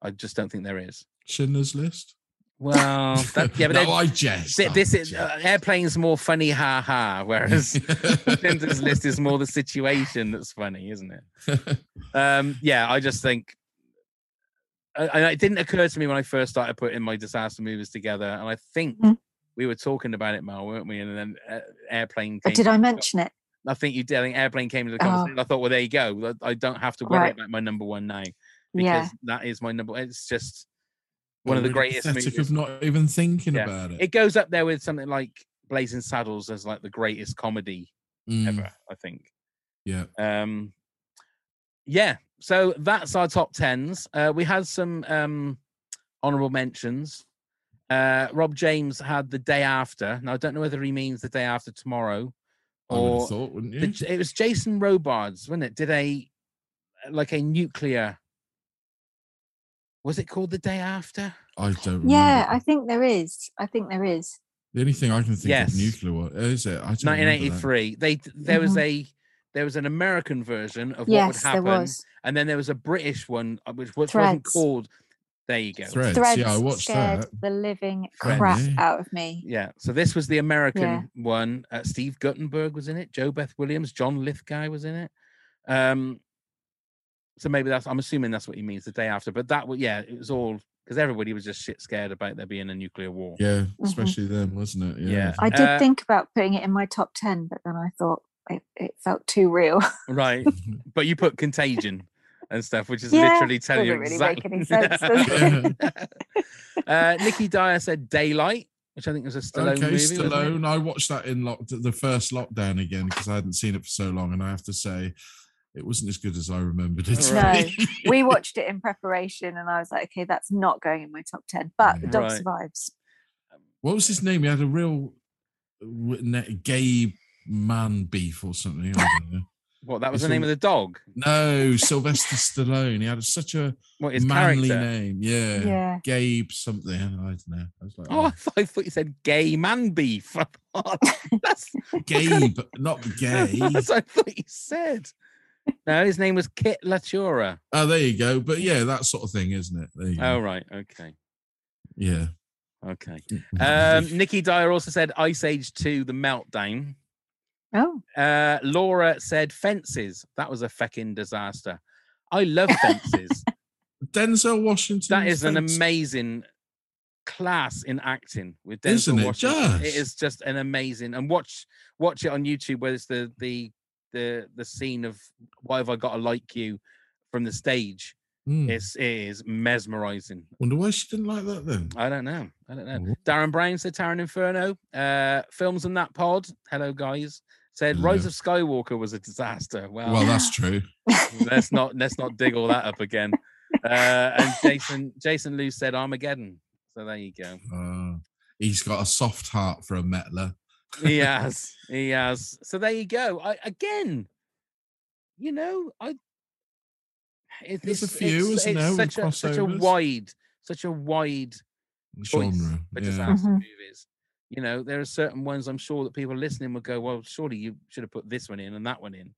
[SPEAKER 2] I just don't think there is.
[SPEAKER 3] Schindler's List.
[SPEAKER 2] Well, Oh, that, yeah, but
[SPEAKER 3] no,
[SPEAKER 2] that-
[SPEAKER 3] I jest.
[SPEAKER 2] thi-
[SPEAKER 3] I
[SPEAKER 2] this is
[SPEAKER 3] jest.
[SPEAKER 2] uh, Airplane's more funny, ha ha, whereas Schindler's List is more the situation that's funny, isn't it? Um, yeah, I just think. I- I, it didn't occur to me when I first started putting my disaster movies together, and I think
[SPEAKER 4] Mhm.
[SPEAKER 2] we were talking about it, Mel, weren't we? And then uh, airplane. Came
[SPEAKER 4] But Oh, did I
[SPEAKER 2] up.
[SPEAKER 4] mention it?
[SPEAKER 2] I think you did. I think airplane came to the
[SPEAKER 4] Oh.
[SPEAKER 2] conversation. I thought, well, there you go. I I don't have to worry
[SPEAKER 4] Right.
[SPEAKER 2] about my number one now because
[SPEAKER 4] Yeah.
[SPEAKER 2] that is my number. It's just one of the
[SPEAKER 3] Really
[SPEAKER 2] greatest
[SPEAKER 3] pathetic
[SPEAKER 2] movies.
[SPEAKER 3] of not even thinking
[SPEAKER 2] Yeah.
[SPEAKER 3] about it.
[SPEAKER 2] it goes up there with something like Blazing Saddles as like the greatest comedy
[SPEAKER 3] Mm,
[SPEAKER 2] ever. I think.
[SPEAKER 3] Yeah.
[SPEAKER 2] Um, yeah, so that's our top tens. Uh, we had some um, honorable mentions. Uh, Rob James had the day after. Now I don't know whether he means the day after tomorrow,
[SPEAKER 3] I would have
[SPEAKER 2] or
[SPEAKER 3] thought, wouldn't you?
[SPEAKER 2] the- it was Jason Robards, wasn't it? Did a like a nuclear? Was it called the day after?
[SPEAKER 3] I don't remember.
[SPEAKER 4] Yeah, I think there is. I think there is.
[SPEAKER 3] the only thing I can think
[SPEAKER 2] Yes.
[SPEAKER 3] of nuclear war uh, is it? I don't remember that. Mm-hmm.
[SPEAKER 2] 1983. They there was a there was an American version of what would
[SPEAKER 4] yes, there
[SPEAKER 2] happen,
[SPEAKER 4] was.
[SPEAKER 2] and then there was a British one uh, which, which wasn't
[SPEAKER 4] Threads.
[SPEAKER 2] called. There you go.
[SPEAKER 3] Threads.
[SPEAKER 4] Threads
[SPEAKER 3] Yeah, I watched
[SPEAKER 4] scared
[SPEAKER 3] that.
[SPEAKER 4] the living
[SPEAKER 3] Threads,
[SPEAKER 4] crap
[SPEAKER 3] yeah.
[SPEAKER 4] out of me.
[SPEAKER 2] Yeah. So this was the American one. Uh, Steve Guttenberg was in it. Joe Beth Williams, John Lithgow was in it. Um, so maybe that's. I'm assuming that's what he means. The day after, but that was yeah. It was all because everybody was just shit scared about there being a nuclear war.
[SPEAKER 3] Yeah, especially them, wasn't it?
[SPEAKER 2] Yeah.
[SPEAKER 4] Mm-hmm. I did
[SPEAKER 2] Uh,
[SPEAKER 4] think about putting it in my top ten, but then I thought it, it felt too real.
[SPEAKER 2] Right. but you put contagion and stuff, which is
[SPEAKER 4] Yeah,
[SPEAKER 2] literally telling you
[SPEAKER 4] doesn't really make
[SPEAKER 2] exactly.
[SPEAKER 4] any sense, does
[SPEAKER 2] uh, Nikki Dyer said daylight, which I think was a Stallone
[SPEAKER 3] okay,
[SPEAKER 2] movie. wasn't it?
[SPEAKER 3] Stallone. I watched that in lock, the first lockdown again because I hadn't seen it for so long, and I have to say, it wasn't as good as I remembered it. to
[SPEAKER 4] Right.
[SPEAKER 3] be.
[SPEAKER 4] we watched it in preparation, and I was like, okay, that's not going in my top ten. But the dog
[SPEAKER 2] Right.
[SPEAKER 4] survives.
[SPEAKER 3] what was his name? He had a real uh, w- ne- gay man beef or something. I don't know.
[SPEAKER 2] What that was
[SPEAKER 3] It's
[SPEAKER 2] the name
[SPEAKER 3] a-
[SPEAKER 2] of the dog?
[SPEAKER 3] no, Sylvester Stallone. He had such a
[SPEAKER 2] What his
[SPEAKER 3] manly
[SPEAKER 2] character?
[SPEAKER 3] name. Yeah.
[SPEAKER 4] Yeah.
[SPEAKER 3] Gabe something. I don't know. I was like,
[SPEAKER 2] Oh, I thought, I thought you said gay man beef. I thought, That's
[SPEAKER 3] oh, Gabe, not gay.
[SPEAKER 2] That's what I thought you said. No, his name was Kit Latura.
[SPEAKER 3] Oh, there you go. But yeah, that sort of thing, isn't it? There you
[SPEAKER 2] Oh
[SPEAKER 3] go.
[SPEAKER 2] right, okay,
[SPEAKER 3] Yeah.
[SPEAKER 2] okay. Um, Nikki Dyer also said Ice Age Two: The Meltdown.
[SPEAKER 4] Oh,
[SPEAKER 2] Uh, Laura said fences. That was a fecking disaster. I love fences.
[SPEAKER 3] Denzel Washington.
[SPEAKER 2] that is an
[SPEAKER 3] amazing.
[SPEAKER 2] amazing class in acting with Denzel
[SPEAKER 3] Isn't it
[SPEAKER 2] Washington. It
[SPEAKER 3] just?
[SPEAKER 2] is just an amazing and watch watch it on YouTube where it's the the the the scene of why have I got to like you from the stage. It's it is mesmerizing.
[SPEAKER 3] Hmm. Wonder why she didn't like that then.
[SPEAKER 2] I don't know. I don't know.
[SPEAKER 3] Oh.
[SPEAKER 2] Darren Brown said Taron Inferno. Uh films in that pod. Hello guys. Said Rise
[SPEAKER 3] Hello.
[SPEAKER 2] of Skywalker was a disaster. Well,
[SPEAKER 3] Well, that's true.
[SPEAKER 2] let's not let's not dig all that up again. Uh, and Jason Jason Lou said Armageddon. So there you go.
[SPEAKER 3] Uh, he's got a soft heart for a metler.
[SPEAKER 2] He has, he has. So there you go. I, again, you know, I. It,
[SPEAKER 3] There's a few,
[SPEAKER 2] it's,
[SPEAKER 3] isn't
[SPEAKER 2] it's
[SPEAKER 3] there, with
[SPEAKER 2] such, a, such a
[SPEAKER 3] crossovers?
[SPEAKER 2] wide, such a wide choice
[SPEAKER 3] Genre.
[SPEAKER 2] for
[SPEAKER 3] Yeah.
[SPEAKER 2] disaster
[SPEAKER 4] Mhm.
[SPEAKER 2] movies. You know, there are certain ones I'm sure that people listening would go, "Well, surely you should have put this one in and that one in."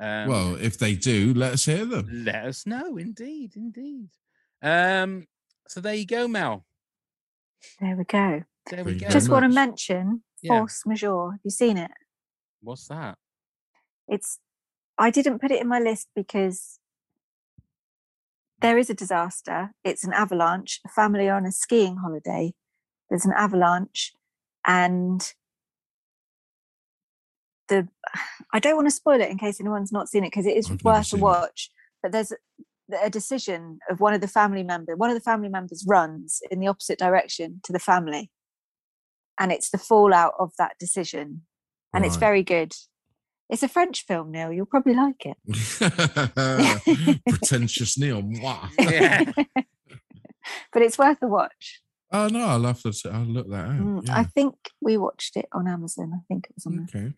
[SPEAKER 2] Um,
[SPEAKER 3] well, if they do, let us hear them.
[SPEAKER 2] Let us know, indeed, indeed. Um, so there you go, Mel.
[SPEAKER 4] there we go.
[SPEAKER 2] There we
[SPEAKER 3] Thank you
[SPEAKER 2] go.
[SPEAKER 3] very
[SPEAKER 4] Just want to
[SPEAKER 3] much.
[SPEAKER 4] mention
[SPEAKER 2] Yeah.
[SPEAKER 4] Force Majeure. Have you seen it?
[SPEAKER 2] What's that?
[SPEAKER 4] It's. I didn't put it in my list because there is a disaster. It's an avalanche. A family on a skiing holiday. There's an avalanche, and the. I don't want to spoil it in case anyone's not seen it because it is
[SPEAKER 3] I've never
[SPEAKER 4] worth a
[SPEAKER 3] seen it.
[SPEAKER 4] watch. But there's a decision of one of the family members one of the family members runs in the opposite direction to the family and it's the fallout of that decision and it's
[SPEAKER 3] Right.
[SPEAKER 4] very good it's a french film neil you'll probably like it
[SPEAKER 3] Pretentious Neil. Mwah.
[SPEAKER 2] Yeah.
[SPEAKER 4] but it's worth a watch
[SPEAKER 3] Oh no, I'll have to. I'll look that out.
[SPEAKER 4] Mm, i
[SPEAKER 3] Hmm, yeah.
[SPEAKER 4] think we watched it on amazon i think it was on there
[SPEAKER 3] okay.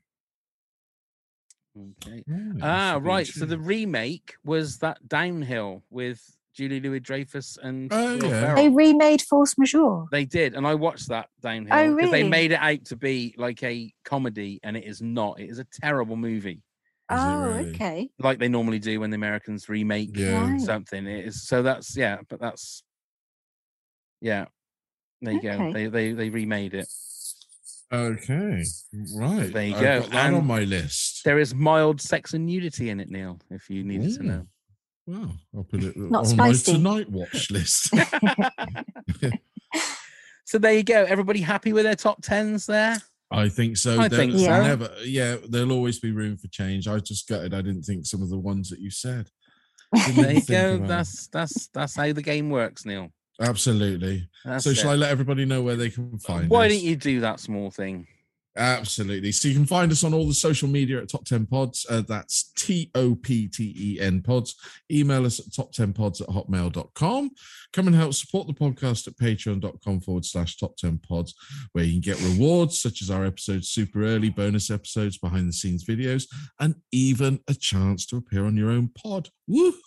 [SPEAKER 2] Okay.
[SPEAKER 3] Yeah, that
[SPEAKER 2] Ah,
[SPEAKER 3] should be
[SPEAKER 2] right. So the
[SPEAKER 3] interesting.
[SPEAKER 2] remake was that downhill with Julie Louis Dreyfus and
[SPEAKER 3] Oh,
[SPEAKER 2] Will
[SPEAKER 3] yeah.
[SPEAKER 4] they
[SPEAKER 2] Ferrell.
[SPEAKER 4] remade force majeure
[SPEAKER 2] They did, and I watched that downhill. 'cause They
[SPEAKER 4] Oh, really?
[SPEAKER 2] made it out to be like a comedy, and it is not. It is a terrible movie.
[SPEAKER 4] Oh,
[SPEAKER 3] really?
[SPEAKER 4] okay.
[SPEAKER 2] like they normally do when the Americans remake
[SPEAKER 3] Yeah.
[SPEAKER 4] Right.
[SPEAKER 2] something. It is so that's yeah, but that's yeah. There you go.
[SPEAKER 4] Okay.
[SPEAKER 2] They they they remade it.
[SPEAKER 3] Okay. Right.
[SPEAKER 2] There you
[SPEAKER 3] I've
[SPEAKER 2] go.
[SPEAKER 3] Got that on
[SPEAKER 2] And-
[SPEAKER 3] my list.
[SPEAKER 2] There is mild sex and nudity in it, Neil. If you needed to
[SPEAKER 3] Ooh.
[SPEAKER 2] know.
[SPEAKER 3] Wow. I'll put it
[SPEAKER 4] Not
[SPEAKER 3] on
[SPEAKER 4] spicy.
[SPEAKER 3] my tonight watch list.
[SPEAKER 2] So there you go. Everybody happy with their top tens there?
[SPEAKER 3] I think so.
[SPEAKER 2] I
[SPEAKER 3] There-
[SPEAKER 2] think
[SPEAKER 3] there's
[SPEAKER 4] so.
[SPEAKER 3] Never, yeah, there'll always be room for change. I was just gutted. I didn't think some of the ones that you said. Didn't
[SPEAKER 2] There you
[SPEAKER 3] think
[SPEAKER 2] go.
[SPEAKER 3] about it.
[SPEAKER 2] That's that's that's how the game works, Neil.
[SPEAKER 3] absolutely.
[SPEAKER 2] That's
[SPEAKER 3] so,
[SPEAKER 2] it.
[SPEAKER 3] shall I let everybody know where they can find
[SPEAKER 2] Why
[SPEAKER 3] us?
[SPEAKER 2] don't you do that small thing?
[SPEAKER 3] Absolutely. So you can find us on all the social media at Top 10 Pods. Uh, that's T O P T E N Pods. Email us at top10pods at hotmail.com. Come and help support the podcast at patreon.com forward slash top 10 pods, where you can get rewards such as our episodes super early, bonus episodes, behind the scenes videos, and even a chance to appear on your own pod.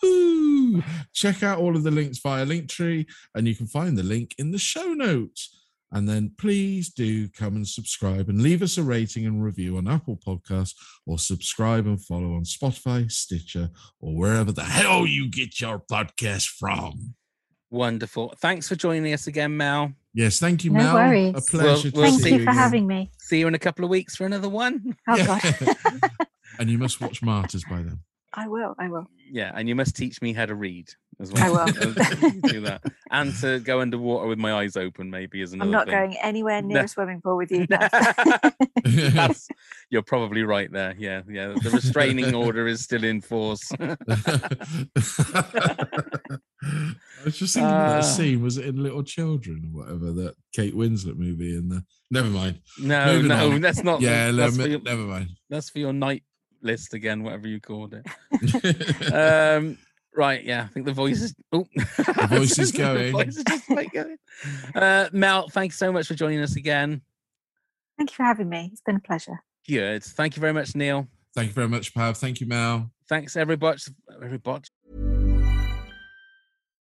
[SPEAKER 3] Woohoo! Check out all of the links via Linktree, and you can find the link in the show notes. And then please do come and subscribe and leave us a rating and review on Apple Podcasts or subscribe and follow on Spotify, Stitcher, or wherever the hell you get your podcast from.
[SPEAKER 2] Wonderful. Thanks for joining us again, Mel.
[SPEAKER 3] Yes, thank you,
[SPEAKER 4] No
[SPEAKER 3] Mel.
[SPEAKER 4] worries.
[SPEAKER 3] A pleasure
[SPEAKER 2] We'll
[SPEAKER 3] to
[SPEAKER 4] Thank
[SPEAKER 3] see
[SPEAKER 4] you for
[SPEAKER 3] again.
[SPEAKER 4] having me.
[SPEAKER 2] See you in a couple of weeks for another one.
[SPEAKER 4] Oh
[SPEAKER 3] Yeah.
[SPEAKER 4] god.
[SPEAKER 3] And you must watch Martyrs by then.
[SPEAKER 4] I will. I will.
[SPEAKER 2] Yeah, and you must teach me how to read as
[SPEAKER 4] I
[SPEAKER 2] well.
[SPEAKER 4] will.
[SPEAKER 2] do that. And to go underwater with my eyes open, maybe, is another
[SPEAKER 4] I'm not
[SPEAKER 2] thing.
[SPEAKER 4] going anywhere near
[SPEAKER 2] No.
[SPEAKER 4] a swimming pool with you. no.
[SPEAKER 2] That's, you're probably right there. Yeah, yeah. The restraining order is still in force.
[SPEAKER 3] I was just thinking about
[SPEAKER 2] Ah.
[SPEAKER 3] that scene. Was it in Little Children or whatever that Kate Winslet movie? In the never mind.
[SPEAKER 2] No,
[SPEAKER 3] Moving
[SPEAKER 2] no,
[SPEAKER 3] on.
[SPEAKER 2] that's not.
[SPEAKER 3] Yeah,
[SPEAKER 2] Oh, that's,
[SPEAKER 3] never,
[SPEAKER 2] for your,
[SPEAKER 3] never mind.
[SPEAKER 2] that's for your night list again, whatever you called it. Um, right, yeah. I think the voice is. Oh, the
[SPEAKER 3] voice is going.
[SPEAKER 2] voice is just like going. Uh, Mel, thanks so much for joining us again.
[SPEAKER 4] Thank you for having me. It's been a pleasure.
[SPEAKER 2] Good. Thank you very much, Neil.
[SPEAKER 3] Thank you very much, Pav. Thank you, Mal.
[SPEAKER 2] Thanks, everybody. Everybody.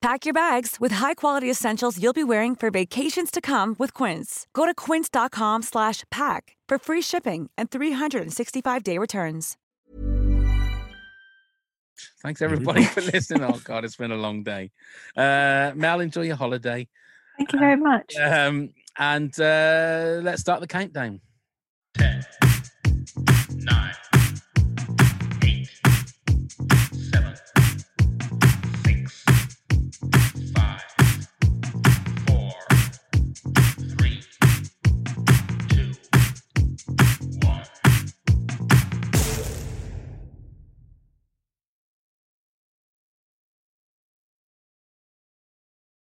[SPEAKER 6] Pack your bags with high-quality essentials you'll be wearing for vacations to come with Quince. Go to quince.com slash pack for free shipping and 365-day returns.
[SPEAKER 2] Thanks everybody for
[SPEAKER 3] Everybody.
[SPEAKER 2] listening. Oh God, it's been a long day. Uh, Mel, enjoy your holiday,
[SPEAKER 4] Thank you
[SPEAKER 3] Uh,
[SPEAKER 4] very much.
[SPEAKER 2] um, and uh, let's start the countdown.
[SPEAKER 7] 10, 9,